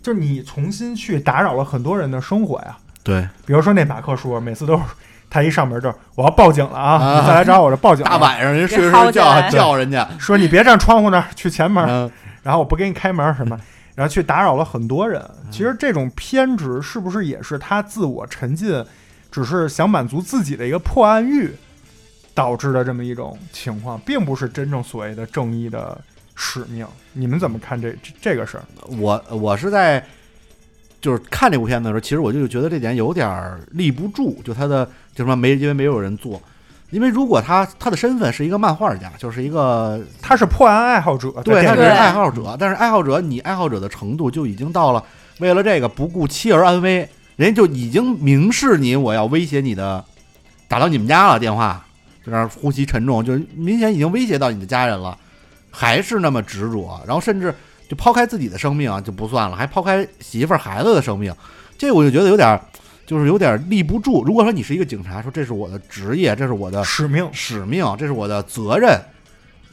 就是你重新去打扰了很多人的生活呀。
对，
比如说那马克叔，每次都是他一上门就是我要报警了啊，
啊
你再来找我这报警了
大晚上人睡
别
着
薅
睡
起来
觉叫人家，
说你别站窗户那儿，去前门，
嗯，
然后我不给你开门什么，然后去打扰了很多人。其实这种偏执是不是也是他自我沉浸，只是想满足自己的一个破案欲导致的这么一种情况，并不是真正所谓的正义的使命。你们怎么看这这这个事儿？
我我是在就是看这部片子的时候，其实我就觉得这点有点儿立不住，就他的就什么没因为没有人做，因为如果他他的身份是一个漫画家，就是一个
他是破案爱好者，在
对
电
他
影
只
里
是
对
爱好者，但是爱好者你爱好者的程度就已经到了为了这个不顾妻儿安危，人家就已经明示你我要威胁你的，打到你们家了电话，就那儿呼吸沉重，就是明显已经威胁到你的家人了，还是那么执着，然后甚至就抛开自己的生命啊就不算了，还抛开媳妇儿孩子的生命，这我就觉得有点儿，就是有点儿立不住。如果说你是一个警察，说这是我的职业，这是我的
使命，
使命，这是我的责任，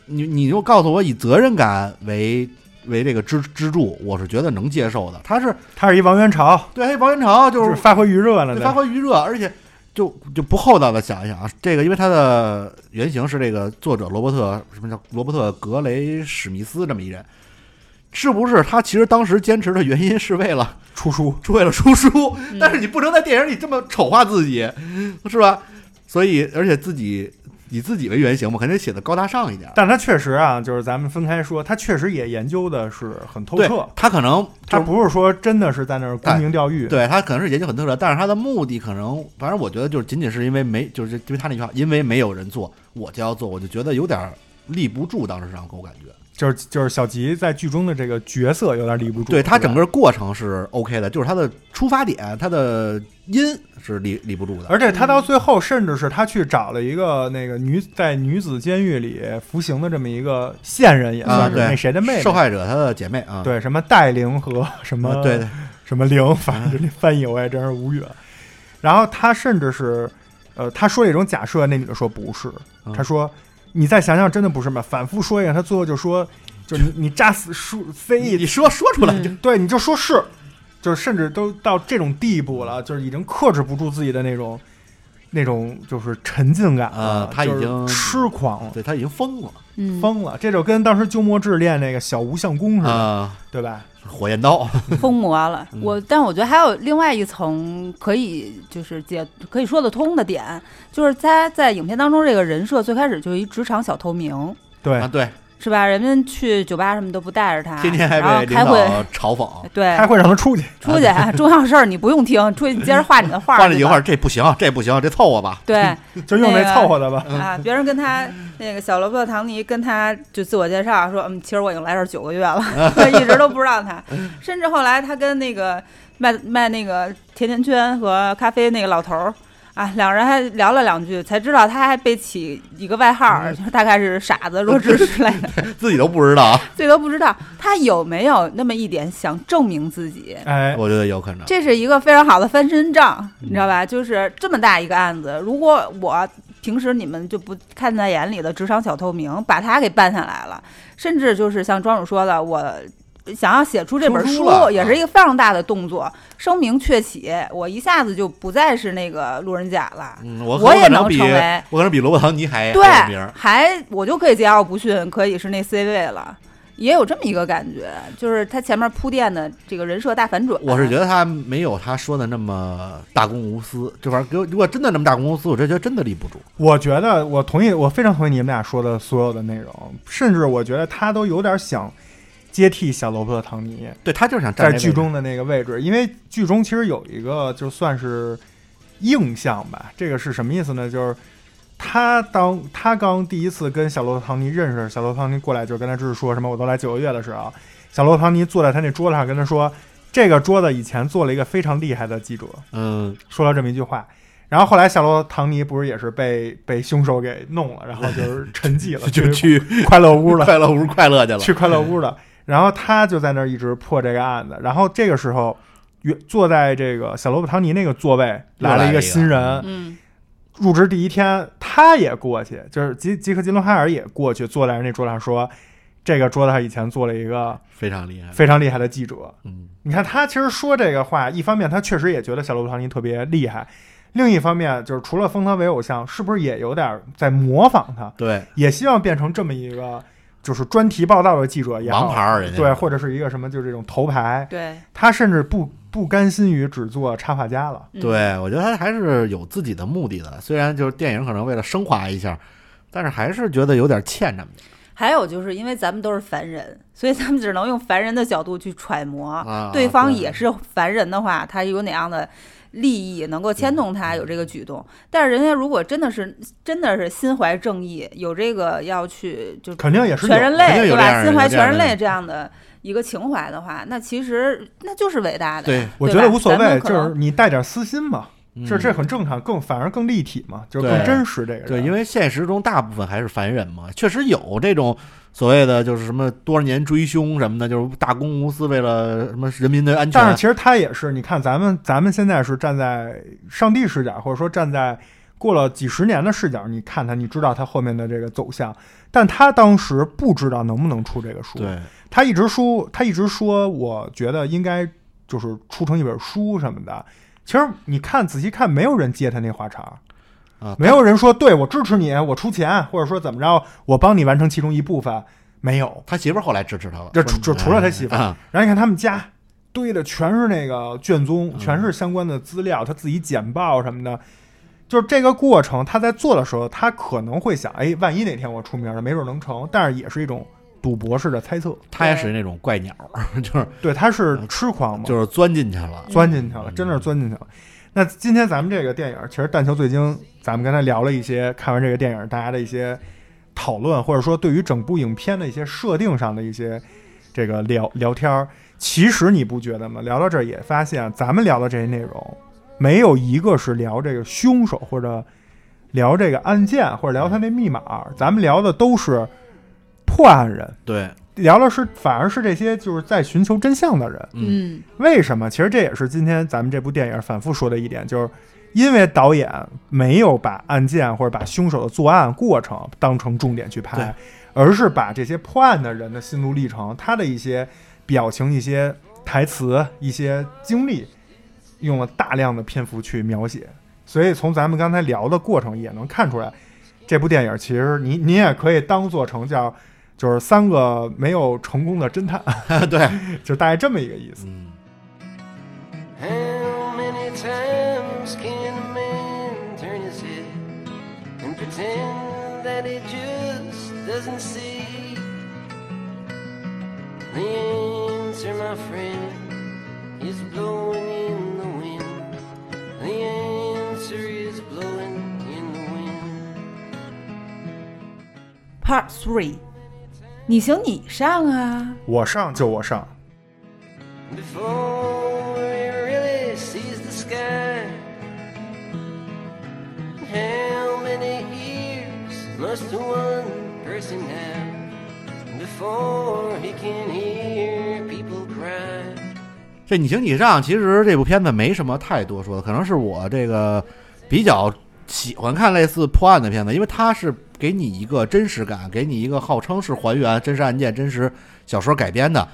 你你就告诉我以责任感为为这个支支柱，我是觉得能接受的。他是
他是一王元朝，
对，还有王元朝就
就是是发挥余热了的，
对发挥余热，而且就就不厚道的想一想啊，这个因为它的原型是这个作者罗伯特什么叫罗伯特格雷史密斯这么一人，是不是他其实当时坚持的原因是为了
出书。
是为了出书，但是你不能在电影里这么丑化自己，是吧？所以而且自己以自己为原型嘛，肯定写的高大上一点。
但他确实啊，就是咱们分开说，他确实也研究的是很透
对
彻，
他可能
他
就是
不是说真的是在那儿沽名钓誉，
对他可能是研究很透彻，但是他的目的可能，反正我觉得就是仅仅是因为没，就是因为他那句话，因为没有人做，我就要做，我就觉得有点立不住，当时让给我感觉。
就是就是小吉在剧中的这个角色有点立不住，
对他
吧
整个过程是 OK 的，就是他的出发点，他的因是立立不住的。
而且他到最后，甚至是他去找了一个那个女在女子监狱里服刑的这么一个线人，也
啊，
算是
对，
那谁的妹妹，
受害者她的姐妹啊，
对什么戴玲和什么、
啊对啊对
什么玲，反正这翻译我也真是无语了。然后他甚至是，呃，他说了一种假设，那女的说不是，
嗯
他说你再想想，真的不是吗？反复说一下，他最后就说，就是你你炸死树非
你
议
你说说出来就
对，你就说是，就是甚至都到这种地步了，就是已经克制不住自己的那种那种就是沉浸感了，
呃他已
就是
经
痴狂了。
对他已经疯了
嗯，
疯了，这就跟当时鸠摩智练那个小无相功似的，
啊，
对吧？
火焰刀，
疯魔了
嗯。
我，但我觉得还有另外一层可以就是解可以说得通的点，就是他在影片当中这个人设最开始就是一职场小透明，
对，
啊，对，
是吧？人们去酒吧什么都不带着他，
天天还
然
被
后
领
开会，
导嘲讽，
对
开，会让他出去，
出去 重要事儿你不用听，出去接着画你的画，
换了一
对吧
会儿，这不行，这不行，这凑合吧，
对。
就用那
那个
凑合的 吧。
啊，别人跟他那个小萝卜唐尼跟他就自我介绍说，嗯，其实我已经来这儿九个月了，一直都不知道他，甚至后来他跟那个卖卖那个甜甜圈和咖啡那个老头儿。啊，两人还聊了两句，才知道他还被起一个外号儿，就是大概是傻子、弱智之类的，
自己都不知道啊，
这都不知道他有没有那么一点想证明自己。
哎，
我觉得有可能。
这是一个非常好的翻身仗，
嗯
你知道吧？就是这么大一个案子，如果我平时你们就不看在眼里的职场小透明，把他给办下来了，甚至就是像庄主说的，我。想要写出这本
出书
书
了，啊
也是一个非常大的动作，声名鹊起，我一下子就不再是那个路人甲了。
嗯，我
我也
可能
能
比
成为
我可能比罗伯唐尼还
对
还有名儿，，
还我就可以桀骜不驯，可以是那 C 位了，也有这么一个感觉，就是他前面铺垫的这个人设大反转。
我是觉得他没有他说的那么大公无私，这玩意儿给我如果真的那么大公无私，我这觉得真的立不住。
我觉得我同意，我非常同意你们俩说的所有的内容，甚至我觉得他都有点想接替小罗伯特唐尼，
对他就是想站
在
那
剧
位置
中的那个位置，因为剧中其实有一个就算是硬项吧，这个是什么意思呢？就是他当他刚第一次跟小罗伯特唐尼认识，小罗伯特唐尼过来就跟他就是说什么我都来九个月的时候，小罗伯特唐尼坐在他那桌子上跟他说，这个桌子以前做了一个非常厉害的记者，
嗯，
说了这么一句话。然后后来，小罗伯特唐尼不是也是被被凶手给弄了，然后就是沉寂 了，
就去
快乐屋了，
快乐屋快乐去了。
啊去快乐屋了。然后他就在那儿一直破这个案子。然后这个时候，原坐在这个小罗伯唐尼那个座位
又
来
来
了
了
一个
一个
新人，
嗯，
入职第一天他也过去，就是吉吉克吉伦哈尔也过去坐在那桌子上说，这个桌子上以前做了一个
非常厉害。
非常厉害的记者。
嗯，
你看他其实说这个话，一方面他确实也觉得小罗伯唐尼特别厉害。另一方面，就是除了封他为偶像，是不是也有点在模仿他？
对，
也希望变成这么一个就是专题报道的记者也好，
王牌儿啊人家
对，或者是一个什么就是这种头牌，
对，
他甚至不不甘心于只做插画家了。
嗯
对，我觉得他还是有自己的目的的，虽然就是电影可能为了升华一下，但是还是觉得有点欠着
还有就是因为咱们都是凡人，所以咱们只能用凡人的角度去揣摩，
啊
对方
对
也是凡人的话，他有哪样的利益能够牵动他有这个举动？但是人家如果真的是真的是心怀正义，有这个要去就
肯定也是有
全人
肯定
类对
有这样
吧？
的
心怀
有这样
全人
的
类这样的一个情怀的话，那其实那就是伟大的。
对，
我觉得
吧
无所
咱
谓，
们可
就
能
是你带点私心嘛，这这
嗯
很正常，更反而更立体嘛，就是更
对
真实这个人。
对，因为现实中大部分还是凡人嘛，确实有这种所谓的就是什么多少年追凶什么的，就是大公无私为了什么人民的安全。
但是其实他也是，你看咱们咱们现在是站在上帝视角，或者说站在过了几十年的视角，你看他，你知道他后面的这个走向，但他当时不知道能不能出这个书，
对，
他一直说，他一直说，我觉得应该就是出成一本书什么的。其实你看仔细看，没有人接他那话茬儿
啊
没有人说对我支持你，我出钱，或者说怎么着，我帮你完成其中一部分，没有。
他媳妇儿后来支持他了，
就除就除了他媳妇儿，
啊，
然后你看他们家堆的全是那个卷宗，全是相关的资料，他自己简报什么的。就是这个过程，他在做的时候，他可能会想，哎，万一哪天我出名了，没准能成，但是也是一种赌博式的猜测。
他也属于那种怪鸟，就是
对，他是痴狂嘛，
就是钻进去了。
钻进去了，真的是钻进去了。那今天咱们这个电影，其实《但求最精》，咱们刚才聊了一些，看完这个电影大家的一些讨论，或者说对于整部影片的一些设定上的一些这个聊聊天儿。其实你不觉得吗？聊到这儿也发现，啊咱们聊的这些内容，没有一个是聊这个凶手或者聊这个案件或者聊他那密码，咱们聊的都是破案人，
对，
聊的是反而是这些就是在寻求真相的人。
嗯
嗯，
为什么？其实这也是今天咱们这部电影反复说的一点，就是因为导演没有把案件或者把凶手的作案过程当成重点去
对
拍，而是把这些破案的人的心路历程、他的一些表情、一些台词、一些经历，用了大量的篇幅去描写。所以从咱们刚才聊的过程也能看出来，这部电影其实你你也可以当做成叫。就是三个没有成功的侦探，
对，
就大概这么一个意思。
嗯，
How many times can a man turn his head and pretend that he just doesn't see? The answer, my friend, is blowing in the wind. The answer is blowing in the wind.
Part Three，你行你上啊！
我上就我上，
before he really sees the sky. How many ears must one person have before he can hear people cry?
这你行你上，其实这部片子没什么太多说的，可能是我这个比较喜欢看类似破案的片子，因为它是给你一个真实感，给你一个号称是还原真实案件、真实小说改编的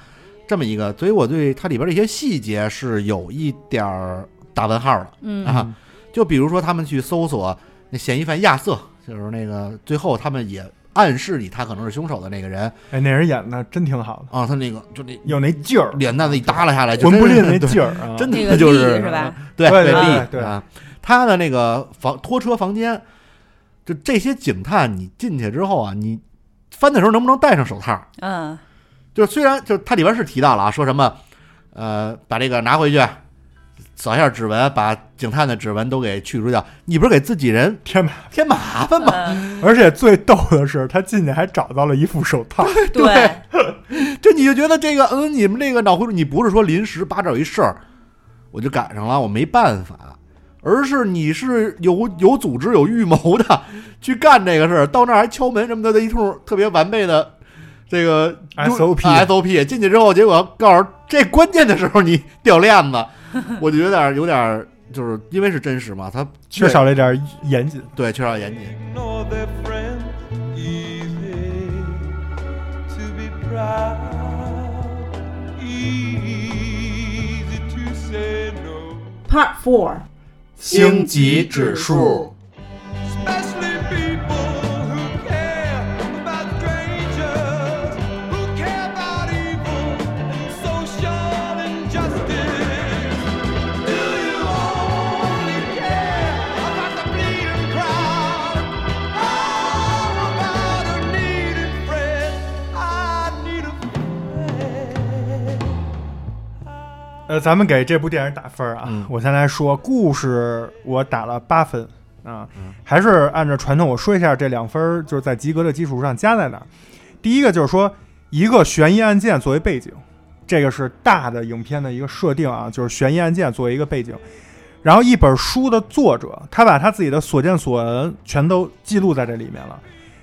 这么一个，所以我对它里边的一些细节是有一点儿打问号的。
嗯
啊，就比如说他们去搜索那嫌疑犯亚瑟，就是那个最后他们也暗示你他可能是凶手的那个人
哎，那人演的真挺好的，
啊，他那个就那
有那劲儿，
脸蛋子一耷拉下来，就
魂不
真是
吝 那
对
劲儿啊，
真
那
的
个
就
力
是啊
是吧？
对
对对
力
对
啊，他的那个房拖车房间，就这些警探，你进去之后啊，你翻的时候能不能戴上手套？
嗯，
就是虽然就是它里边是提到了啊，说什么呃，把这个拿回去，扫一下指纹，把警探的指纹都给去除掉，你不是给自己人
天哪！
添麻烦吗？
嗯
而且最逗的是，他进去还找到了一副手套，
对，
这你就觉得这个，嗯，你们这个脑回路，你不是说临时八爪一事儿，我就赶上了，我没办法，而是你是有有组织、有预谋的去干这个事儿，到那儿还敲门什么的，一通特别完备的这个
SOP
啊 SOP 进去之后，结果告诉这关键的时候你掉链子，我就有点有点就是因为是真实嘛，他
缺少了一点严谨。
对缺少严谨，
Nor their friend easy to be proud, easy to say no.
Part Four，
星级指数。
Especially people who care about strangers, who care about evil and social injustice. Do you only care about the bleeding crowd? Or about a needed friend? I need a friend.
呃，咱们给这部电影打分儿啊，
嗯
我先来说故事，我打了八分啊，还是按照传统，我说一下这两分儿就是在及格的基础上加在哪儿。第一个就是说，一个悬疑案件作为背景，这个是大的影片的一个设定啊，就是悬疑案件作为一个背景。然后一本书的作者，他把他自己的所见所闻全都记录在这里面了。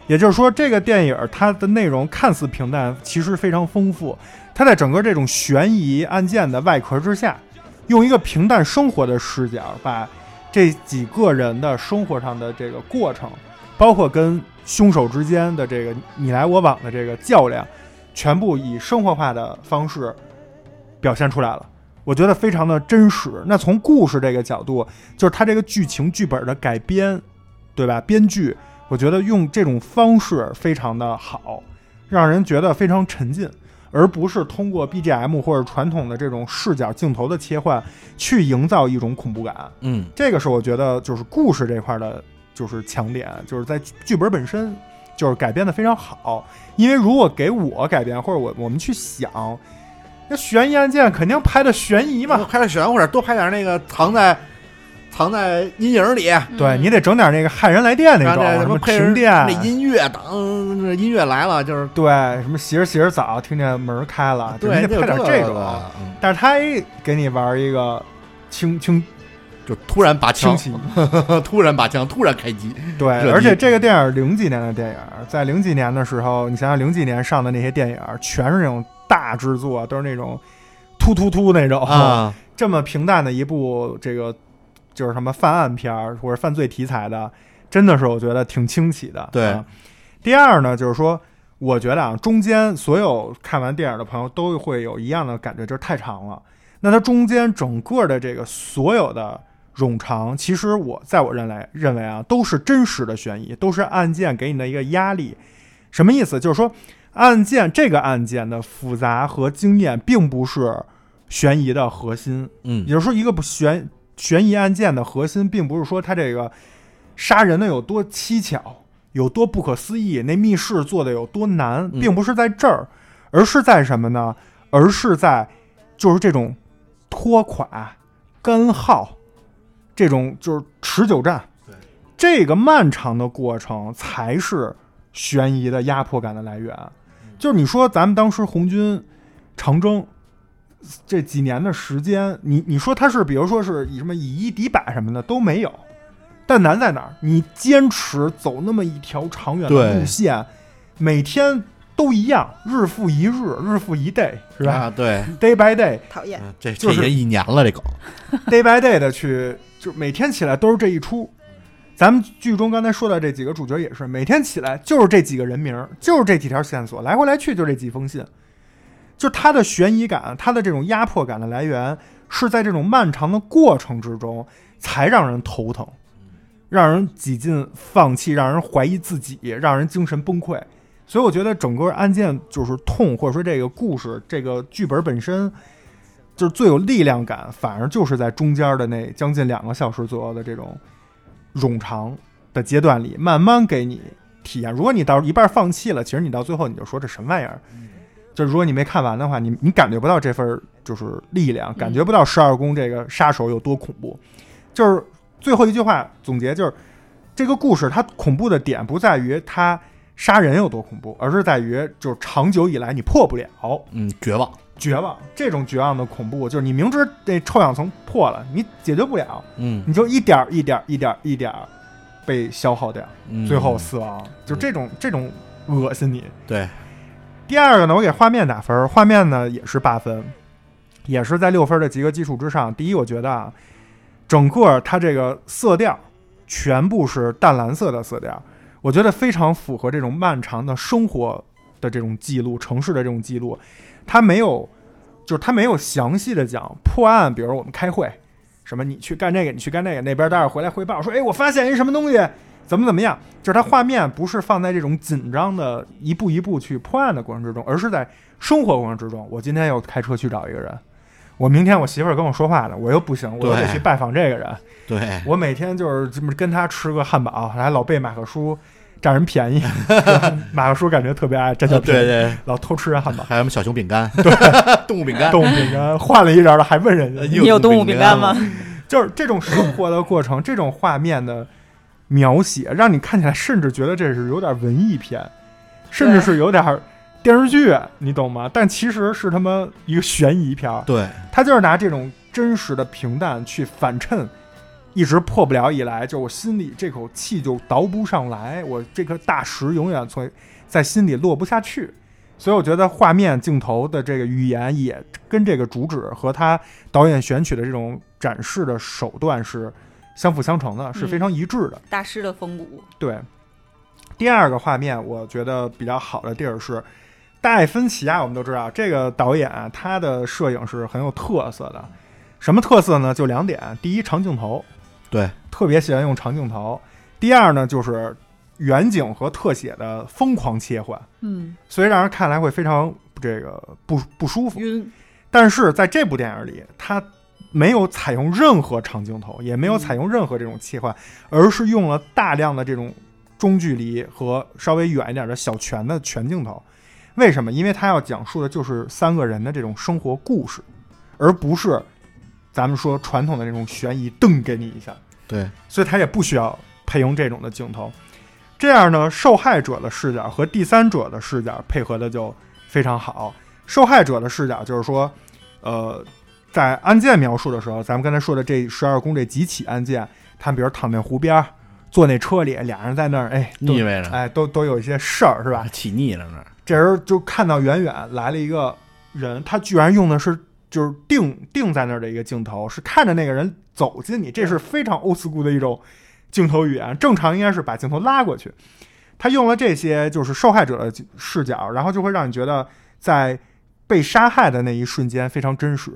也就是说，这个电影它的内容看似平淡，其实非常丰富。它在整个这种悬疑案件的外壳之下，用一个平淡生活的视角，把这几个人的生活上的这个过程，包括跟凶手之间的这个你来我往的这个较量，全部以生活化的方式表现出来了。我觉得非常的真实。那从故事这个角度，就是它这个剧情剧本的改编，对吧？编剧，我觉得用这种方式非常的好，让人觉得非常沉浸，而不是通过 BGM 或者传统的这种视角镜头的切换去营造一种恐怖感。
嗯
这个是我觉得就是故事这块的，就是强点，就是在剧剧本本身就是改编的非常好。因为如果给我改编，或者我我们去想，那悬疑案件肯定拍的悬疑嘛，
拍点玄乎点，多拍点那个藏在藏在阴影里，
对你得整点那个骇人来电那
然后
种，
那
什么啊
配
停电，
那音乐，当那音乐来了就是
对，什么洗着洗着澡，听见门开了，
啊对，
你
你
得啊拍点
这
这啊种。
个，嗯
但是他也给你玩一个轻轻
就突然拔
轻
枪，
骑，
突然拔枪，突然开机，
对，
热
而
力
且这个电影零几年的电影，在零几年的时候，你想想零几年上的那些电影，全是那种大制作，都是那种突突突那种
啊，
这么平淡的一部这个就是什么犯案片儿或者犯罪题材的，真的是我觉得挺清奇的。
对
啊第二呢，就是说，我觉得啊，中间所有看完电影的朋友都会有一样的感觉，就是太长了。那它中间整个的这个所有的冗长，其实我在我认来认为啊，都是真实的悬疑，都是案件给你的一个压力。什么意思？就是说，案件这个案件的复杂和经验，并不是悬疑的核心。
嗯
也就是说，一个不悬悬疑案件的核心，并不是说他这个杀人的有多蹊跷，有多不可思议，那密室做的有多难，
嗯
并不是在这儿，而是在什么呢？而是在就是这种拖垮、干耗，这种就是持久战。这个漫长的过程才是悬疑的压迫感的来源。就是你说咱们当时红军长征这几年的时间，你你说他是比如说是以什么以一敌百什么的都没有，但难在哪儿？你坚持走那么一条长远的
对
路线，每天都一样，日复一日，日复一 day，是吧、
啊，对，
d a y by day，
讨厌。
嗯这这
就
已
是
经一年了，这狗，
day by day 的去，就每天起来都是这一出。咱们剧中刚才说的这几个主角也是，每天起来就是这几个人名，就是这几条线索，来回来去就这几封信。就他的悬疑感，他的这种压迫感的来源，是在这种漫长的过程之中，才让人头疼，让人几近放弃，让人怀疑自己，让人精神崩溃。所以我觉得整个案件就是痛，或者说这个故事、这个剧本本身，就是最有力量感，反而就是在中间的那将近两个小时左右的这种冗长的阶段里，慢慢给你体验。如果你到一半放弃了，其实你到最后你就说这什么玩意儿。就如果你没看完的话，你你感觉不到这份儿就是力量，感觉不到十二宫这个杀手有多恐怖。就是最后一句话总结，就是这个故事它恐怖的点不在于它杀人有多恐怖，而是在于就是长久以来你破不了。
嗯，绝望，
绝望，这种绝望的恐怖，就是你明知这臭氧层破了，你解决不了，
嗯，
你就一点儿一点儿一点儿一点儿被消耗掉，
嗯
最后死亡，就这种这种恶心你。
对，
第二个呢，我给画面打分儿，画面呢也是八分，也是在六分的及格基础之上。第一，我觉得啊，整个它这个色调全部是淡蓝色的色调，我觉得非常符合这种漫长的生活的这种记录，城市的这种记录。它没有，就是它没有详细的讲破案，比如我们开会，什么你去干这个，你去干那个，那边待会儿回来汇报说，哎，我发现一什么东西，怎么怎么样，就是它画面不是放在这种紧张的一步一步去破案的过程之中，而是在生活过程之中。我今天又开车去找一个人，我明天我媳妇儿跟我说话呢，我又不行，我又得
对
去拜访这个人。
对，
我每天就是这么跟他吃个汉堡，还老被马克叔占人便宜。 马克叔感觉特别爱占小
啊对
便宜，
对，
老偷吃人汉堡、
还有什么小熊饼干，动物饼干，
动物饼干，换了一人了还问人
呃
家，
你有动物饼干吗？？
就是这种生活的过程，这种画面的描写，让你看起来甚至觉得这是有点文艺片，甚至是有点电视剧，你懂吗？但其实是他妈一个悬疑片儿。
对，
他就是拿这种真实的平淡去反衬一直破不了以来，就我心里这口气就倒不上来，我这颗大石永远从在心里落不下去。所以我觉得画面、镜头的这个语言也跟这个主旨和他导演选取的这种展示的手段是相辅相成的，是非常一致的。
大师的风骨，
对，第二个画面我觉得比较好的地儿是，戴芬奇啊，我们都知道这个导演啊他的摄影是很有特色的，什么特色呢？就两点，第一长镜头，
对，
特别喜欢用长镜头；第二呢就是远景和特写的疯狂切换，
嗯，
所以让人看来会非常这个不不舒服。
晕，
但是在这部电影里，它没有采用任何长镜头，也没有采用任何这种切换，而是用了大量的这种中距离和稍微远一点的小全的全镜头。为什么？因为它要讲述的就是三个人的这种生活故事，而不是咱们说传统的那种悬疑瞪给你一下。
对，
所以他也不需要配用这种的镜头。这样呢，受害者的视角和第三者的视角配合的就非常好。受害者的视角就是说，呃，在案件描述的时候，咱们刚才说的这十二宫这几起案件，他们比如躺在湖边儿，坐那车里，俩人在那儿，哎，都
腻歪着，
哎，都都有一些事儿，是吧？
起腻了那儿，
这人就看到远远来了一个人，他居然用的是就是定定在那儿的一个镜头，是看着那个人走近你，这是非常 old school 的一种镜头语言。正常应该是把镜头拉过去，他用了这些就是受害者的视角，然后就会让你觉得在被杀害的那一瞬间非常真实。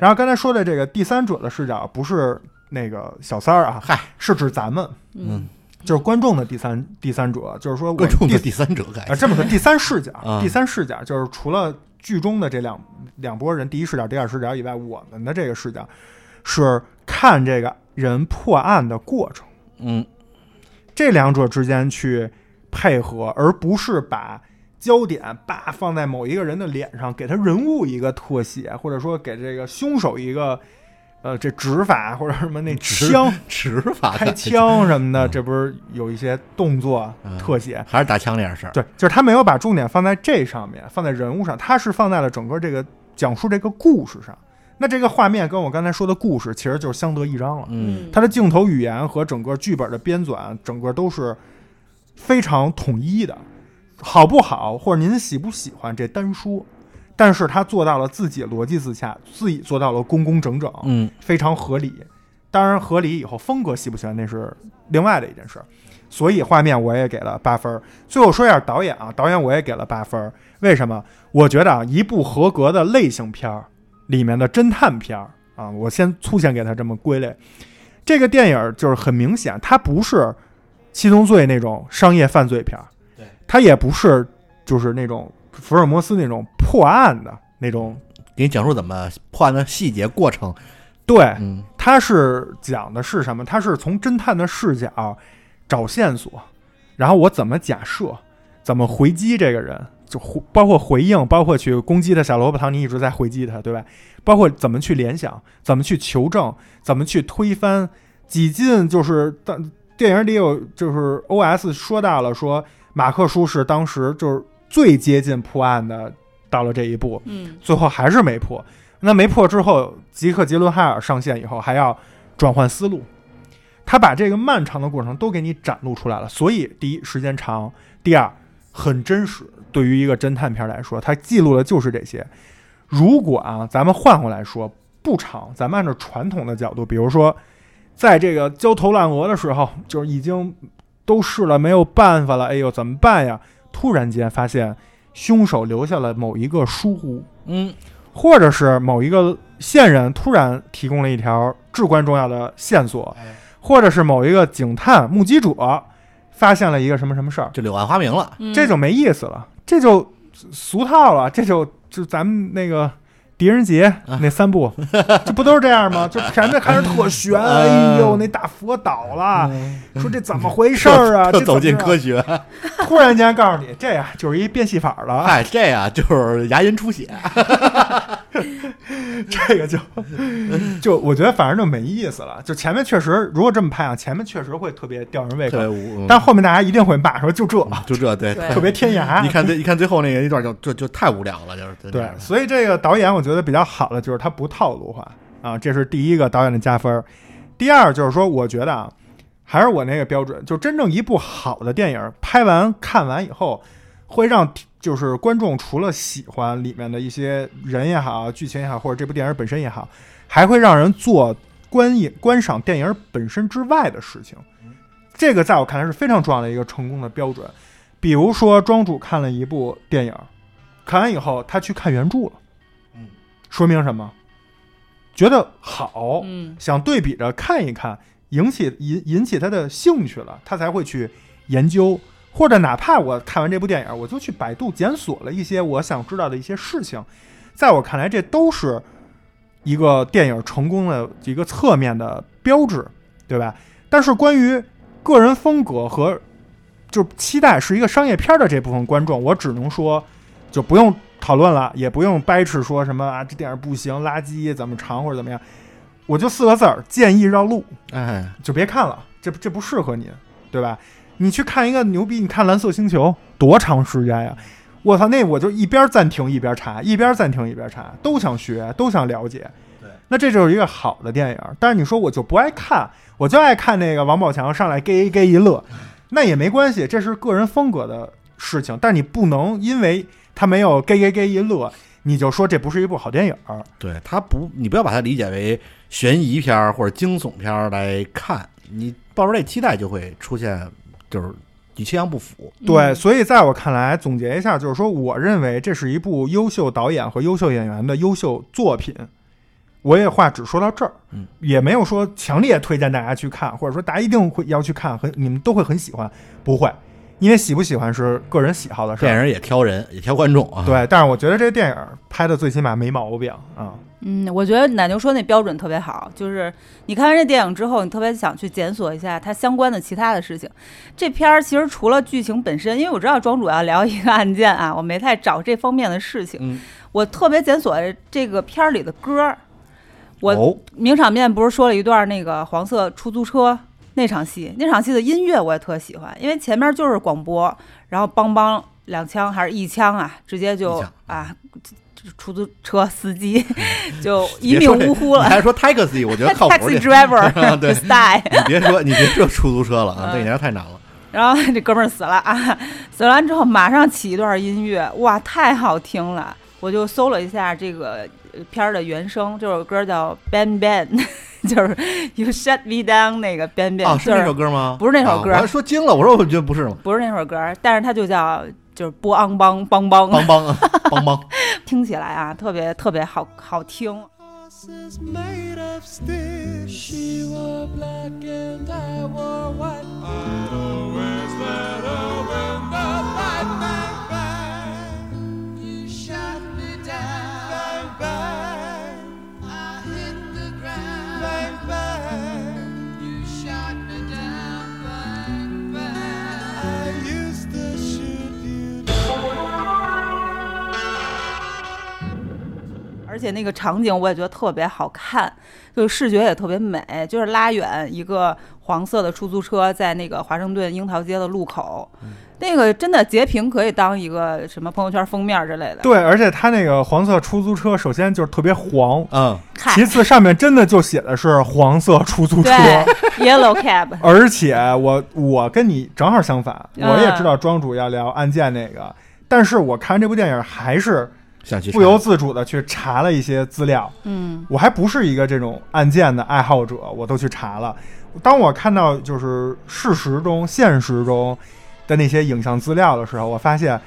然后刚才说的这个第三者的视角不是那个小三儿啊，
嗨，
是指咱们，
嗯，
就是观众的第三第三者，就是说我
观众
第
的第三者感
啊，，这么说，第三视角，
哎嗯
第三视角就是除了剧中的这两两拨人，第一视角、第二视角以外，我们的这个视角是看这个人破案的过程，
嗯，
这两者之间去配合，而不是把焦点叭放在某一个人的脸上，给他人物一个特写，或者说给这个凶手一个呃这指法或者什么那
指
枪
指法
开
感
枪什么的，这不是有一些动作
嗯
特写，
还是打枪这件事儿，
对，就是他没有把重点放在这上面，放在人物上，他是放在了整个这个讲述这个故事上。那这个画面跟我刚才说的故事其实就是相得益彰了。
嗯，
它的镜头语言和整个剧本的编纂，整个都是非常统一的。好不好，或者您喜不喜欢，这单说。但是他做到了自己逻辑自洽，自己做到了工工整整，
嗯，
非常合理。当然，合理以后风格喜不喜欢那是另外的一件事儿。所以画面我也给了八分儿。最后说一下导演啊，导演我也给了八分儿。为什么？我觉得啊，一部合格的类型片儿里面的侦探片儿啊，我先粗浅给它这么归类。这个电影儿就是很明显，它不是《七宗罪》那种商业犯罪片儿，
对，
它也不是就是那种福尔摩斯那种破案的那种。
给你讲述怎么破案的细节过程，
对，
嗯，
它是讲的是什么？它是从侦探的视角找线索，然后我怎么假设，怎么回击这个人，就回包括回应，包括去攻击他。小萝卜糖你一直在回击他，对吧？包括怎么去联想，怎么去求证，怎么去推翻。几进就是当电影里有就是 O S 说到了说马克叔是当时就是最接近破案的，到了这一步，
嗯
最后还是没破。那没破之后，吉克·杰伦哈尔上线以后，还要转换思路，他把这个漫长的过程都给你展露出来了。所以，第一时间长，第二很真实。对于一个侦探片来说，它记录的就是这些。如果啊，咱们换回来说不长，咱们按照传统的角度，比如说，在这个焦头烂额的时候，就是已经都试了没有办法了，哎呦怎么办呀？突然间发现凶手留下了某一个疏忽，
嗯，
或者是某一个线人突然提供了一条至关重要的线索，或者是某一个警探目击者发现了一个什么什么事儿，
就柳暗花明了，
嗯
这就没意思了，这就俗套了，这就就咱们那个。狄仁杰
啊
那三部，这不都是这样吗？就前面看着特 悬，
啊
哎呦，那大佛倒了，说这怎么回事儿啊？
就
这
嗯走进
怎么
科
着
学，
啊，突然间告诉你，这样就是一变戏法儿了。
哎，这样就是牙龈出血，
这个就 就我觉得反正就没意思了。就前面确实，如果这么拍啊，前面确实会特别吊人胃
特别嗯
口，
无，
但后面大家一定会骂说就这，
就这对，
对
啊特别天
你
涯。
看最你看最后那个一段就就就太无聊了，就是
对，所以这个导演我觉得比较好的就是他不套路化啊，这是第一个导演的加分儿。第二就是说，我觉得啊，还是我那个标准，就真正一部好的电影拍完看完以后，会让就是观众除了喜欢里面的一些人也好、剧情也好，或者这部电影本身也好，还会让人做观影观赏电影本身之外的事情。这个在我看来是非常重要的一个成功的标准。比如说，庄主看了一部电影，看完以后他去看原著了，
嗯，
说明什么？觉得好，
嗯
想对比着看一看，引起引引起他的兴趣了，他才会去研究，或者哪怕我看完这部电影，我就去百度检索了一些我想知道的一些事情，在我看来，这都是一个电影成功的一个侧面的标志，对吧？但是关于个人风格和就是期待是一个商业片的这部分观众，我只能说就不用讨论了，也不用掰扯说什么啊这电影不行，垃圾怎么长或者怎么样，我就四个字儿：建议绕路，
哎，
就别看了，这这不适合你，对吧？你去看一个牛逼，你看《蓝色星球》多长时间呀？我操，那我就一边暂停一边查，一边暂停一边查，都想学，都想了解。
对，
那这就是一个好的电影。但是你说我就不爱看，我就爱看那个王宝强上来 gay gay 一乐，那也没关系，这是个人风格的事情。但你不能因为他没有 gay gay gay 一乐，你就说这不是一部好电影。
对，它不，你不要把它理解为悬疑片儿或者惊悚片儿来看，你抱着这期待就会出现，就是与期望不符。
对，
嗯
所以在我看来，总结一下，就是说，我认为这是一部优秀导演和优秀演员的优秀作品。我也话只说到这儿，
嗯
也没有说强烈推荐大家去看，或者说大家一定会要去看，很你们都会很喜欢，不会，因为喜不喜欢是个人喜好的事
电
儿。
影也挑人，也挑观众啊。，
对，但是我觉得这电影拍的最起码没毛病啊。
嗯，我觉得奶牛说那标准特别好，就是你看完这电影之后，你特别想去检索一下它相关的其他的事情。这片儿其实除了剧情本身，因为我知道庄主要聊一个案件啊，我没太找这方面的事情。
嗯
我特别检索这个片儿里的歌儿。我、
哦
名场面不是说了一段那个黄色出租车那场戏，那场戏的音乐我也特喜欢，因为前面就是广播，然后梆梆两枪还是一枪啊，直接
一嗯
就
枪
啊，出租车司机就一
嗯
命
别说这
呜呼了
你。还是说 taxi，我觉得靠谱
Taxi
点。 啊
driver
对
style，
你别说，你别说出租车了啊，
嗯
那年代太难了。
然后这哥们儿死了啊，死完之后马上起一段音乐，哇，太好听了！我就搜了一下这个呃片儿的原声，这首歌叫《Bang Bang》，就是 You Shut Me Down 那个 Bang Bang，、
啊，
就是
那首歌吗？
不是那首歌
啊我还说惊了，我说我觉得不是吗？
不是那首歌，但是它就叫就是波昂邦邦邦，
邦邦 啊，邦邦，
听起来啊特别特别好好听。
Horses made of sticks.
She wore black and I wore white. I'd always let her win the fight. Bang, bang. You shot me down. Bang, bang. I hit the ground. Bang, bang. You shot me down. Bang, bang. I used to shoot you.
而且那个场景我也觉得特别好看，就是视觉也特别美，就是拉远一个黄色的出租车在那个华盛顿樱桃街的路口，
嗯
那个真的截屏可以当一个什么朋友圈封面之类的。
对，而且它那个黄色出租车，首先就是特别黄，
嗯，
嗨，
其次上面真的就写的是黄色出租车。
对，Yellow Cab，
而且我我跟你正好相反，
嗯
我也知道庄主要聊案件那个，但是我看这部电影还是
想去
不由自主的去查了一些资料。
嗯
我还不是一个这种案件的爱好者，我都去查了。当我看到就是事实中、现实中的那些影像资料的时候，我发现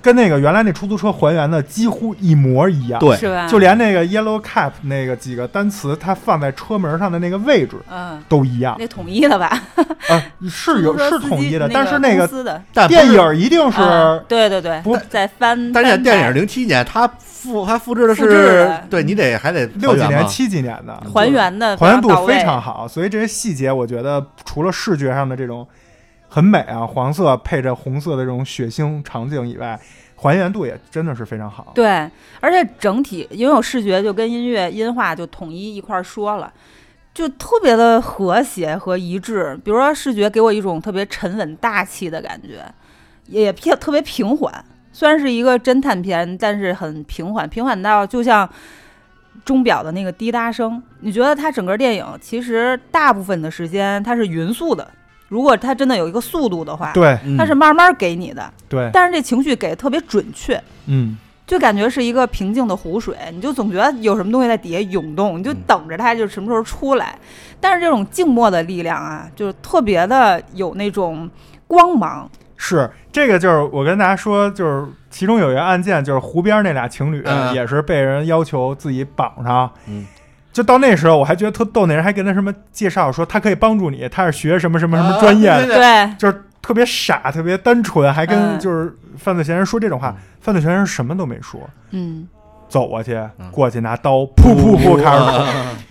跟那个原来那出租车还原的几乎一模一样。
对
是吧？
就连那个 yellow cap 那个几个单词，它放在车门上的那个位置
嗯，
都一样。
那统一的吧，
啊，是有
出租
是
车司
统
机
一的，
那
但是那
公
个
司的
但不是
电影一定是、
啊对对对
不，
在翻，
但是
翻
电影
拍
零七年，它复它复制的
复制
是
的，
对你得还得
六几
还原
年、
嘛
七几年的，
还原的
还原度
嗯到位
非常好，所以这些细节，我觉得除了视觉上的这种很美啊，黄色配着红色的这种血腥场景以外，还原度也真的是非常好。
对，而且整体因为有视觉就跟音乐、音画就统一一块儿说了，就特别的和谐和一致。比如说视觉给我一种特别沉稳大气的感觉，也偏特别平缓。虽然是一个侦探片，但是很平缓，平缓到就像钟表的那个滴答声。你觉得它整个电影其实大部分的时间它是匀速的，如果它真的有一个速度的话，
对嗯
嗯
它是慢慢给你的，
对，
但是这情绪给得特别准确。
嗯，
就感觉是一个平静的湖水，你就总觉得有什么东西在底下涌动，
嗯
你就等着它就什么时候出来。但是这种静默的力量啊，就是特别的有那种光芒。
是这个就是我跟大家说，就是其中有一个案件，就是湖边那俩情侣
嗯
也是被人要求自己绑上，
嗯。
就到那时候，我还觉得特逗，那人还跟他什么介绍说他可以帮助你，他是学什么什么什么专业的，
啊对
对，
就是特别傻、特别单纯，还跟
嗯
就是犯罪嫌疑人说这
嗯
种话。犯罪嫌疑人什么都没说，
嗯，
走过去
嗯，
过去拿刀，噗噗噗开始捅，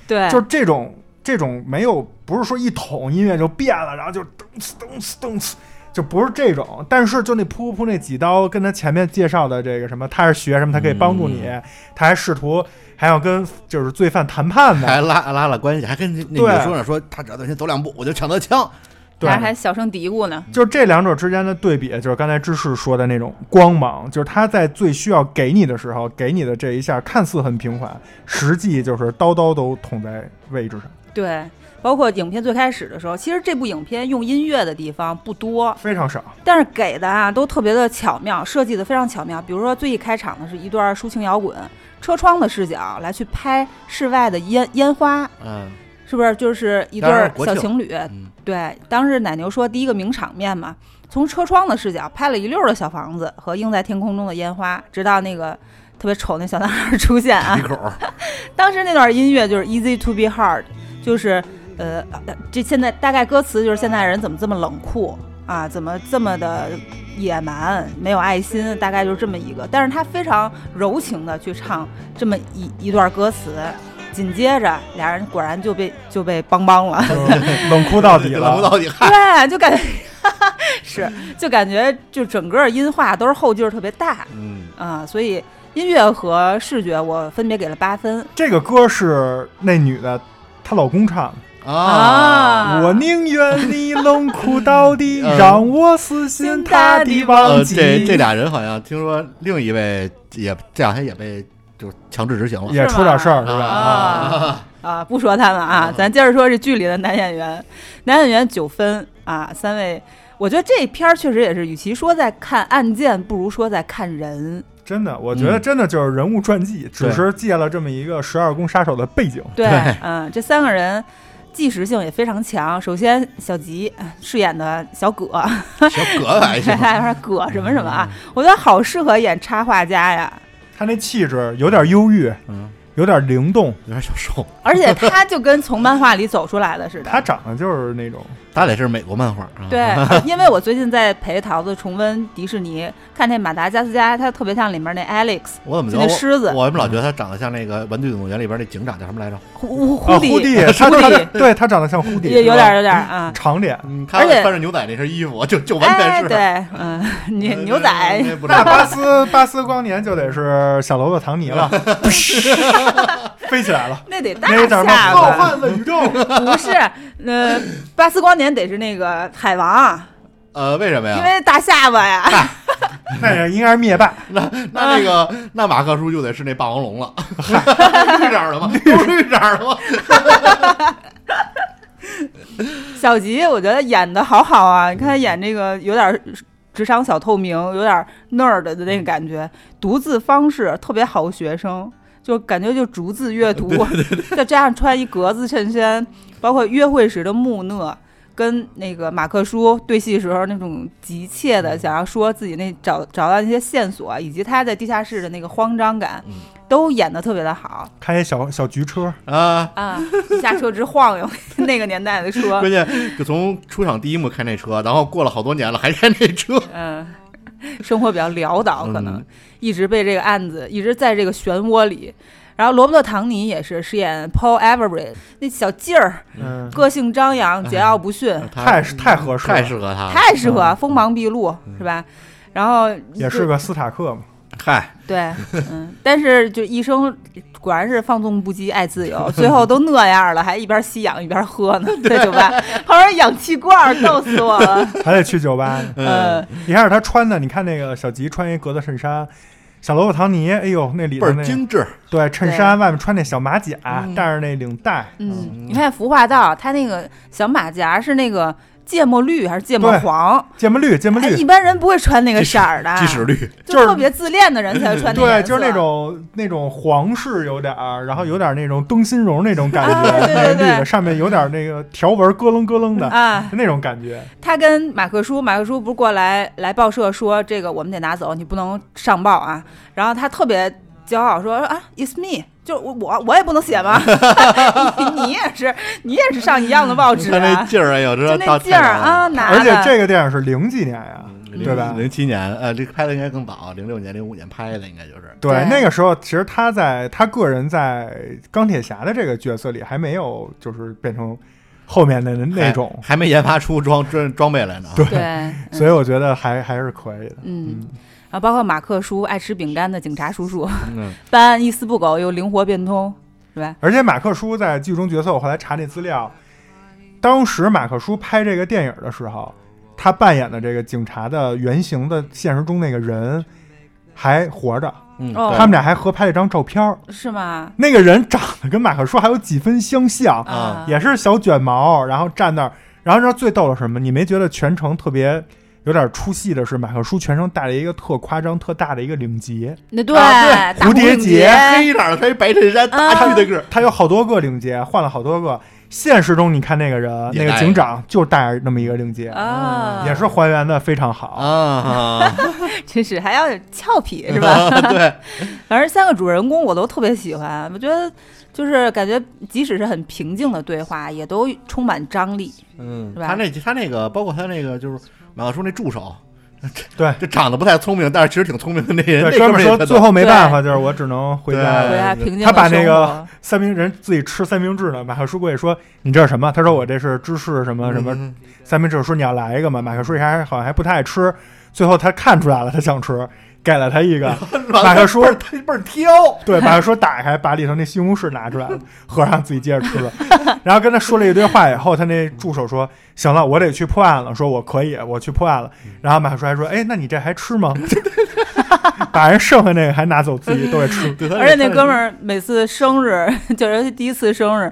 对，
就是这种这种没有不是说一捅音乐就变了，然后就咚呲咚呲咚呲，就不是这种。但是就那噗噗噗那几刀，跟他前面介绍的这个什么，他是学什么，他可以帮助
嗯
你，他还试图还要跟就是罪犯谈判呢。
还拉拉了关系，还跟那女
对
的说呢，说他只要再先走两步，我就抢他枪。
对
俩人还小声嘀咕呢。
就是这两者之间的对比，就是刚才芝士说的那种光芒，就是他在最需要给你的时候，给你的这一下看似很平缓，实际就是刀刀都捅在位置上，
对，包括影片最开始的时候，其实这部影片用音乐的地方不多，
非常少。
但是给的啊都特别的巧妙，设计的非常巧妙。比如说最一开场的是一段抒情摇滚，车窗的视角来去拍室外的烟烟花，
嗯
是不是就是一对
当然
儿
国
小
庆
情侣？
嗯
对，当时奶牛说第一个名场面嘛，从车窗的视角拍了一溜儿的小房子和映在天空中的烟花，直到那个特别丑那小男孩儿出现啊
鼻。口儿，
当时那段音乐就是 Easy to be hard，就是呃，这现在大概歌词就是现在人怎么这么冷酷啊，怎么这么的野蛮，没有爱心，大概就是这么一个。但是他非常柔情的去唱这么一一段歌词，紧接着俩人果然就被就被邦邦了。
就是冷酷到底
冷不
了，
到底， 嗨，
对，就感觉是，就感觉就整个音画都是后劲儿特别大
嗯，
啊、所以音乐和视觉我分别给了八分
这个歌是那女的她老公唱的，
啊，
我宁愿你冷酷到底，
呃
让我死心塌地忘
呃，
记。
这这俩人好像听说另一位也这两天也被就是强制执行了，
也出点事儿
是
是吧？
吧？
啊啊！不说他们啊，咱接着说这剧里的男演员，男演员九分啊，三位。我觉得这片儿确实也是，与其说在看案件，不如说在看人。
真的，我觉得真的就是人物传
嗯
记，只是借了这么一个十二宫杀手的背景。
对，
对
嗯，这三个人即时性也非常强。首先，小吉饰演的小葛，
小 葛还行
对，，他说葛什么什么啊，我觉得好适合演插画家呀。
他那气质有点忧郁，
嗯，
有点灵动，
有点小瘦，
而且他就跟从漫画里走出来的似的。
他长得就是那种
他得是美国漫画啊，
对，因为我最近在陪桃子重温迪士尼，看那马达加斯加，他特别像里面那 Alex
我怎么觉
就那
得
狮子
我我怎么老觉得他长得像那个《玩具总动员》里边那警长叫什么来着？
胡
啊，
迪，
迪， 他
狐
他
狸
对他长得像蝴蝶，
也有点有点啊。
长 脸，
嗯，
而
他
且
穿着牛仔那身衣服，就就完全
哎，
是
对，嗯， 你
呃
牛
那
仔
那不知
那
道
巴斯巴斯光年就得是小萝卜唐尼 了， 飞起来了，
那得大
那叫什么？
下
浩
巴，
瀚的宇 宙，
不是，呃，巴斯光年得是那个海王，
呃，为什么
因
呀？
为大下巴呀，
那应该是灭霸，
那那个那马克叔就得是那霸王龙了， 绿色儿 的吗？都是绿色儿的吗？
小吉，我觉得演的好好啊！你看他演这个有点儿职场小透明，有点儿 nerd 的那个感觉，读字方式特别好学生，就感觉就逐字阅读， 再加上穿一格子衬衫，包括约会时的木讷。跟那个马克叔对戏时候那种急切的想要说自己那找找到那些线索，以及他在地下室的那个慌张感
嗯，
都演得特别的好
开小小菊车，
啊，
啊！下车直晃悠，那个年代的 车，
关键就从出场第一幕开那车，然后过了好多年了还开那车，
嗯，生活比较潦倒，可能、
嗯
一直被这个案子一直在这个漩涡里。然后罗伯特·唐尼也是饰演 Paul Everett，那小劲儿，
嗯，
个性张扬，桀骜不驯，
嗯
太太合适了
太适合他了，
太适合锋芒毕露，是吧？然后
也是个斯塔克嘛，
嗨，
对，嗯，但是就一生果然是放纵不羁，爱自由，最后都那样了，还一边吸氧一边喝呢， 在酒吧，旁边氧气罐儿，逗死我了，
还得去酒吧呢。
嗯。
一开始他穿的，你看那个小吉穿一格子衬衫，小罗伯唐尼，哎呦，那里头
倍儿
那
精嗯致，
对衬衫，外面穿那小马甲，带着那领带，
嗯，你看服化道，它那个小马甲是那个芥末绿还是芥末
对
黄？
芥末绿，芥末
哎，一
绿，
般人不会穿那个色儿的，
鸡屎绿，
就是
就特别自恋的人才会穿那个
对，
颜色。
就是那种那种皇室有点儿，然后有点儿那种灯芯绒那种感觉，
啊对对
那个绿
对
的上面有点儿那个条纹咯楞咯楞的，
啊，
就那种感觉。
他跟马克叔，马克叔不是过来来报社说这个我们得拿走，你不能上报啊。然后他特别骄傲说啊，it's me，就是我我我也不能写吗？ 你你也是你也是上一样的报纸
看那
啊，
劲儿，哎呦，这
就那
到
劲儿啊，，拿
而且
的
这个电影是零几年呀、对吧？
嗯零七年，呃，这拍的应该更早，零六年、零五年拍的，应该就是
对，
对
那个时候其实他在他个人在钢铁侠的这个角色里还没有就是变成后面的那那
还
种，
还没研发出装装装备来呢。啊对，
对，嗯
所以我觉得还还是可以的。
嗯。然后包括马克叔爱吃饼干的警察叔叔，
嗯，
办案一丝不苟又灵活变通，是吧？
而且马克叔在剧中角色，我后来查那资料，当时马克叔拍这个电影的时候，他扮演的这个警察的原型的现实中那个人还活着，
嗯
哦
他们俩还合拍了一张照片儿。
是吗？
那个人长得跟马克叔还有几分相像，
啊
也是小卷毛，然后站那儿，然后你知道最逗的是什么？你没觉得全程特别有点出戏的是，马克叔全程戴了一个特夸张、特大的一个领结，
那对
啊
大
蝴蝶
结嗯
结
黑色的，他一白衬衫，大绿的个儿，
他有好多个领结，换了好多个。现实中你看那个人，
也戴
那个警长就戴着那么一个领结，
啊，
也是还原的非常好。
啊，
真是还要俏 皮 是吧？
啊 对，
反正三个主人公我都特别喜欢，我觉得就是感觉即使是很平静的对话，也都充满张力，
嗯，
是吧
他那他那个包括他那个就是马克叔那助手，
对
这长得不太聪明，但是其实挺聪明的那人，
对，
那
哥
哥
们
们
儿
儿
说
也特
最后没办法，就是我只能回
对
家。
回家
对
平静地
他把那
生
个
活
三明人自己吃三明治呢，马克叔过去说：“你这是什么？”他说：“我这是芝士什么什么
嗯
三明治说你要来一个嘛，马克叔一开始好像还不太爱吃，最后他看出来了，他想吃，给了他一个。马克叔
倍儿他倍儿挑，
对马克叔打开，把里头那西红柿拿出 来了，合上自己接着吃了。然后跟他说了一堆话以后，他那助手说：“行了，我得去破案了。”说：“我可以，我去破案了。”
嗯
然后马克叔还说：“哎，那你这还吃吗？” 把人剩下那个还拿走，自己都给 吃。
对
而且那哥们，儿每次生日， 就是尤其第一次生日，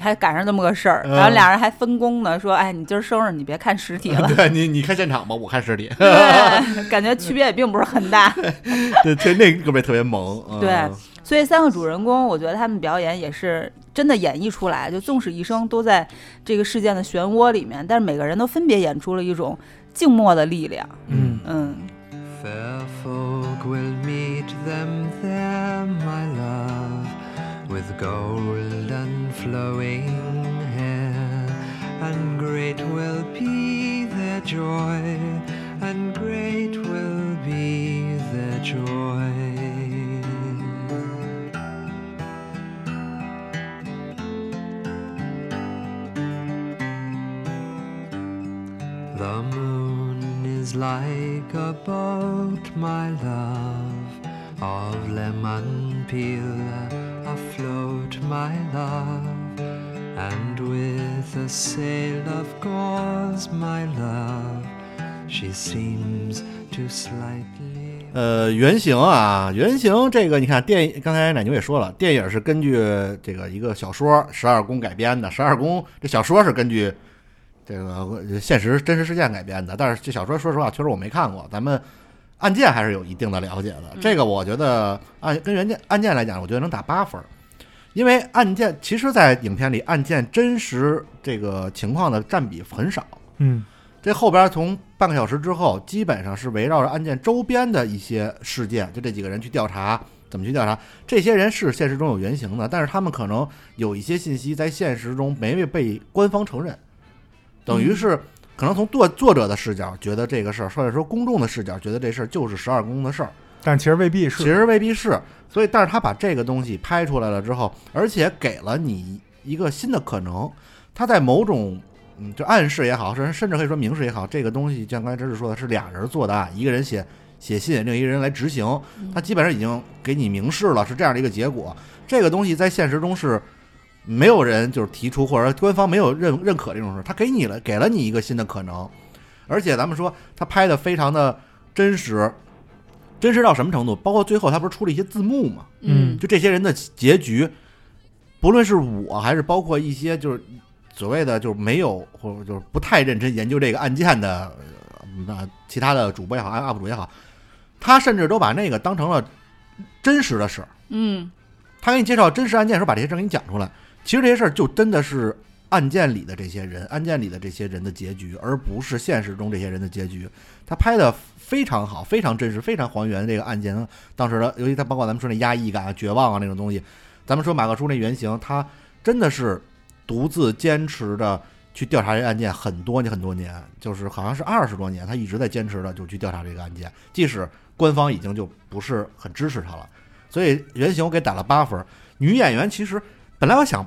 还赶上这么个事儿，
嗯
然后俩人还分工呢，说：“哎，你今儿生日，你别看实体
他
了
是。对你你看现场吧，我看实体，
对，感觉区别也并不是很大。
对，对那哥们儿特别萌，嗯
对，所以三个主人公，我觉得他们表演也是真的演绎出来，就纵使一生都在这个事件的漩涡里面，但是每个人都分别演出了一种静默的力量。
嗯，
嗯，
Fair folk will meet them there, my love, with golden flowing hair, and great will be their joy, and great will be their joy. The moon is like a boat, my love, of lemon peel afloat, my love, and with a sail of gauze, my love, she seems to slightly.
呃，原型啊，原型这个你看电影，刚才奶牛也说了，电影是根据这个一个小说《十二宫》改编的，《十二宫》这小说是根据这个呃现实真实事件改编的，但是这小说说实话，确实我没看过，咱们案件还是有一定的了解的。这个我觉得按跟原件案件来讲，我觉得能打八分儿，因为案件其实，在影片里案件真实这个情况的占比很少。
嗯，
这后边从半个小时之后，基本上是围绕着案件周边的一些事件，就这几个人去调查，怎么去调查？这些人是现实中有原型的，但是他们可能有一些信息在现实中没被被官方承认，等于是可能从作作者的视角觉得这个事儿，或者说公众的视角觉得这事儿就是十二宫的事儿，
但其实未必
其
是。
实未必是。所以，但是他把这个东西拍出来了之后，而且给了你一个新的可能，他在某种嗯，就暗示也好，甚甚至可以说明示也好，这个东西就像刚才知识说的是俩人做的啊，一个人写写信，另一个人来执行，他基本上已经给你明示了是这样的一个结果。这个东西在现实中是。没有人就是提出，或者官方没有认认可这种事，他给你了，给了你一个新的可能，而且咱们说他拍的非常的真实，真实到什么程度？包括最后他不是出了一些字幕嘛？
嗯
就这些人的结局，不论是我还是包括一些就是所谓的就是没有或者就是不太认真研究这个案件的呃那、其他的主播也好，UP 主也好，他甚至都把那个当成了真实的事儿。
嗯
他给你介绍真实案件的时候，把这些事儿给你讲出来。其实这些事儿就真的是案件里的这些人，案件里的这些人的结局，而不是现实中这些人的结局。他拍的非常好，非常真实，非常还原这个案件当时的，尤其他包括咱们说那压抑感啊、绝望啊那种东西。咱们说马克叔那原型，他真的是独自坚持着去调查这个案件很多年很多年，就是好像是二十多年，他一直在坚持着就去调查这个案件，即使官方已经就不是很支持他了。所以原型我给打了八分儿。女演员其实本来我想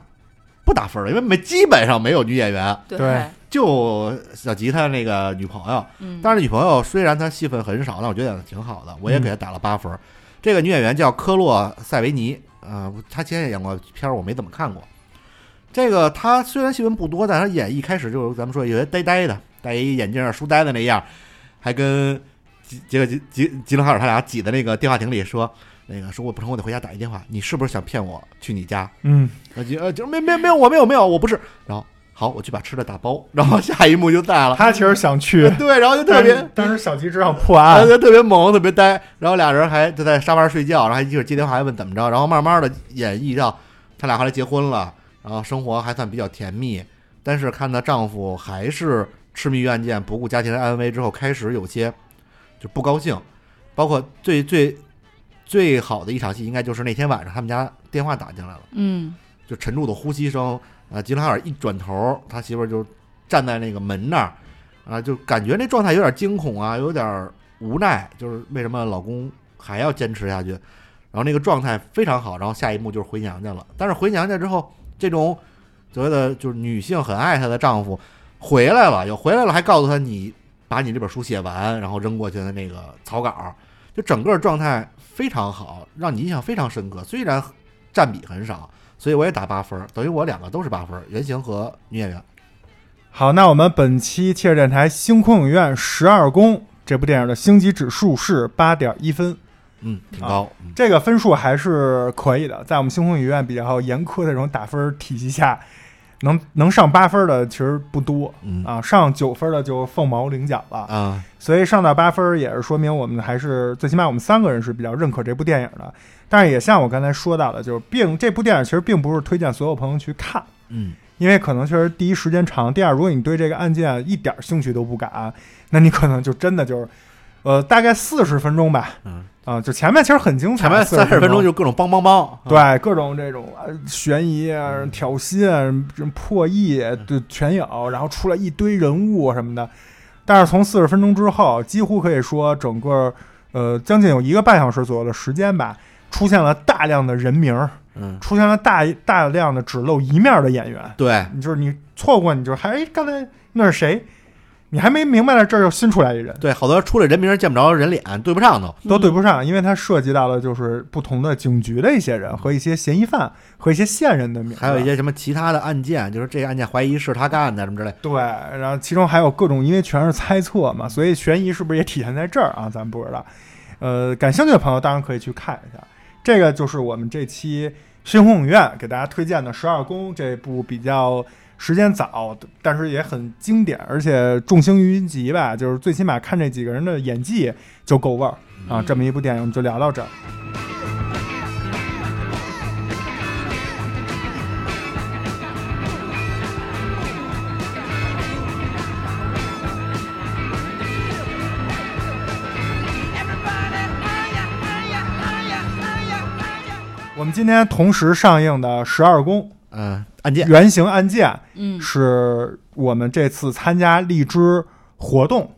不打分儿的，因为没基本上没有女演员，
嗯对
对
就小吉他那个女朋友。
嗯，
但是女朋友虽然她戏份很少，但我觉得演的挺好的，
嗯
我也给她打了八分儿。这个女演员叫科洛塞维尼，呃，她之前也演过片儿，我没怎么看过。这个她虽然戏份不多，但她演一开始就是咱们说有些呆呆的，戴一眼镜儿书呆子那样，还跟吉杰克吉吉吉伦哈尔他俩挤在那个电话亭里说。那个说我不成，我得回家打一电话。你是不是想骗我去你家？
嗯，
呃，就呃，就没没没有，我没有没有，我不是。然后好，我去把吃的打包。然后下一幕就在了，
他其实想去，
对，然后就啊特
但
别
是当时小吉只想破
啊，
案，
他特别萌，特别呆，然后俩人还就在沙发上睡觉，然后还一会儿接电话，还问怎么着，然后慢慢的演绎到他俩后来结婚了，然后生活还算比较甜蜜，但是看她丈夫还是痴迷于案件，不顾家庭的安危之后，开始有些就不高兴，包括最最最好的一场戏，应该就是那天晚上他们家电话打进来了。
嗯
就沉重的呼吸声。啊，吉伦哈尔一转头，他媳妇儿就站在那个门那儿，啊，就感觉那状态有点惊恐啊，有点无奈，就是为什么老公还要坚持下去。然后那个状态非常好，然后下一幕就是回娘家了。但是回娘家之后，这种所谓的就是女性很爱她的丈夫回来了，又回来了，还告诉她你把你这本书写完，然后扔过去的那个草稿，就整个状态非常好，让你印象非常深刻。虽然占比很少，所以我也打八分儿，等于我两个都是八分儿，原型和女演员。
好，那我们本期汽车电台星空影院《十二宫》这部电影的星级指数是八点一分，
嗯，挺高，嗯
这个分数还是可以的，在我们星空影院比较严苛的这种打分体系下，能能上八分的其实不多
嗯
啊，上九分的就凤毛麟角了。
啊，
所以上到八分儿也是说明我们还是最起码我们三个人是比较认可这部电影的。但是也像我刚才说到的，就是并这部电影其实并不是推荐所有朋友去看，
嗯
因为可能确实第一时间长，第二如果你对这个案件一点儿兴趣都不感，那你可能就真的就是，呃，大概四十分钟吧，
嗯，
啊、就前面其实很精彩，
前面三十
40
分
分
钟就各种梆梆梆，啊，嗯
对各种这种呃悬疑啊、挑衅啊、破译啊对全有，然后出来一堆人物什么的。但是从四十分钟之后，几乎可以说整个呃将近有一个半小时左右的时间吧，出现了大量的人名儿，
嗯，
出现了大大量的只露一面的演员。
对，
你就是你错过，你就还哎刚才那是谁？你还没明白呢，这儿又新出来一人，
对，好多出来人名儿见不着人脸，对不上都，
都对不上，因为它涉及到了就是不同的警局的一些人和一些嫌疑犯和一些线人的名字，
还有一些什么其他的案件，就是这个案件怀疑是他干的什么之类。
对，然后其中还有各种，因为全是猜测嘛，所以悬疑是不是也体现在这儿啊？咱不知道。呃，感兴趣的朋友当然可以去看一下。这个就是我们这期星空影院给大家推荐的《十二宫》这部比较时间早，但是也很经典，而且众星云集吧，就是最起码看这几个人的演技就够味儿啊。这么一部电影，我们就聊到这儿。我们今天同时上映的《十二宫》
嗯，案件，
原型案件，
嗯
是我们这次参加荔枝活动，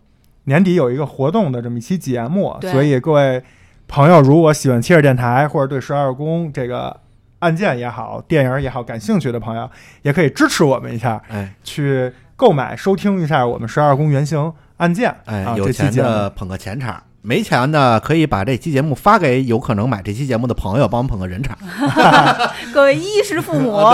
年底有一个活动的这么一期节目，
对
所以各位朋友如果喜欢切尔电台或者对十二宫这个案件也好、电影也好感兴趣的朋友，也可以支持我们一下，
哎
去购买收听一下我们十二宫原型案件
哎
啊，
有
这期
钱
节目
的捧个钱场，没钱的可以把这期节目发给有可能买这期节目的朋友，帮我们捧个人场。
各位衣食父母，
啊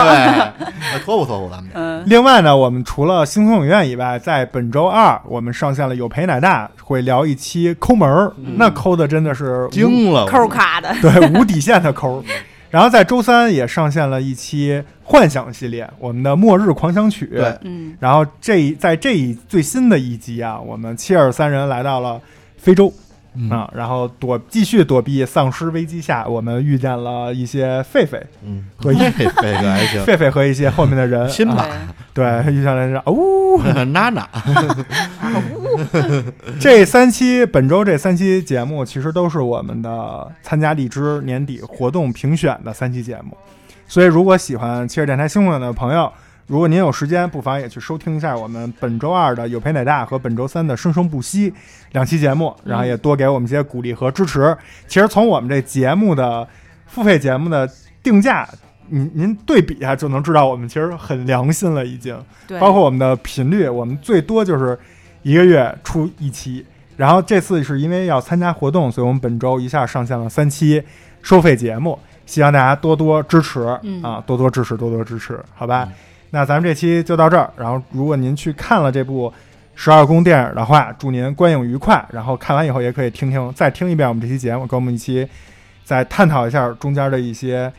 对， 托付托付咱们这。
嗯，
另外呢，我们除了星空影院以外，在本周二我们上线了有陪奶大，会聊一期抠门儿，那抠的真的是无
嗯惊了，
扣卡的，
对，无底线的抠。
嗯
然后在周三也上线了一期幻想系列，我们的《末日狂想曲》。
对，
嗯，
然后这一在这一最新的一集啊，我们七二三人来到了非洲、
嗯
啊，然后躲继续躲避丧尸危机下，我们遇见了一些狒狒，
嗯，
可以
这这个还行。
狒狒和一些后面的人，
辛
啊
巴、
对，
嗯
遇见了人，哦，
娜娜，
这三期本周这三期节目其实都是我们的参加荔枝年底活动评选的三期节目，所以如果喜欢七日电台星空的朋友，如果您有时间，不妨也去收听一下我们本周二的《有陪奶大》和本周三的《生生不息》两期节目，然后也多给我们一些鼓励和支持。其实从我们这节目的付费节目的定价，您您对比一下就能知道，我们其实很良心了已经。
对，
包括我们的频率，我们最多就是一个月出一期。然后这次是因为要参加活动，所以我们本周一下上线了三期收费节目，希望大家多多支持、
嗯
啊，多多支持，多多支持，好吧？
嗯
那咱们这期就到这儿。然后，如果您去看了这部《十二宫》电影的话，祝您观影愉快。然后看完以后也可以听听，再听一遍我们这期节目，跟我们一起再探讨一下中间的一些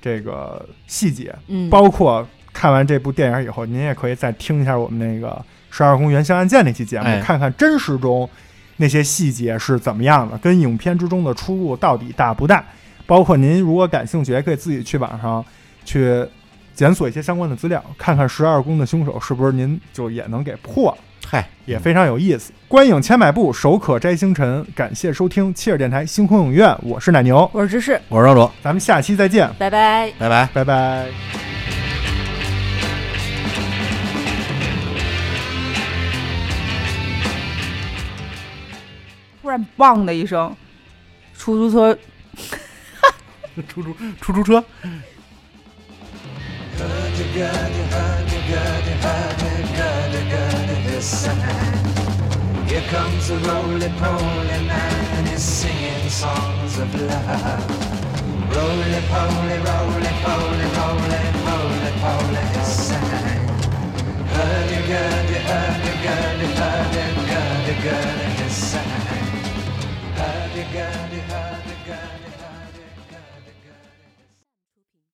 这个细节。
嗯，
包括看完这部电影以后，您也可以再听一下我们那个《十二宫原型案件》那期节目，
哎
看看真实中那些细节是怎么样的，跟影片之中的出入到底大不大。包括您如果感兴趣，也可以自己去网上去检索一些相关的资料，看看十二宫的凶手是不是您就也能给破了。
嗨，
也非常有意思。观影千百步，手可摘星辰。感谢收听切尔电台星空影院，我是奶牛，
我是芝士，
我是老主，
咱们下期再见，
拜拜。
拜拜。
拜拜。
突然“砰”的一声，出租车
出租出租车。
Here comes a roly-poly man and he's singing songs of love. Roly-poly, roly-poly, roly-poly, poly, he sang. Hurdy-gurdy, hurdy-gurdy, hurdy-gurdy, gurdy, he sang. Hurdy-gurdy, hurdy-gurdy.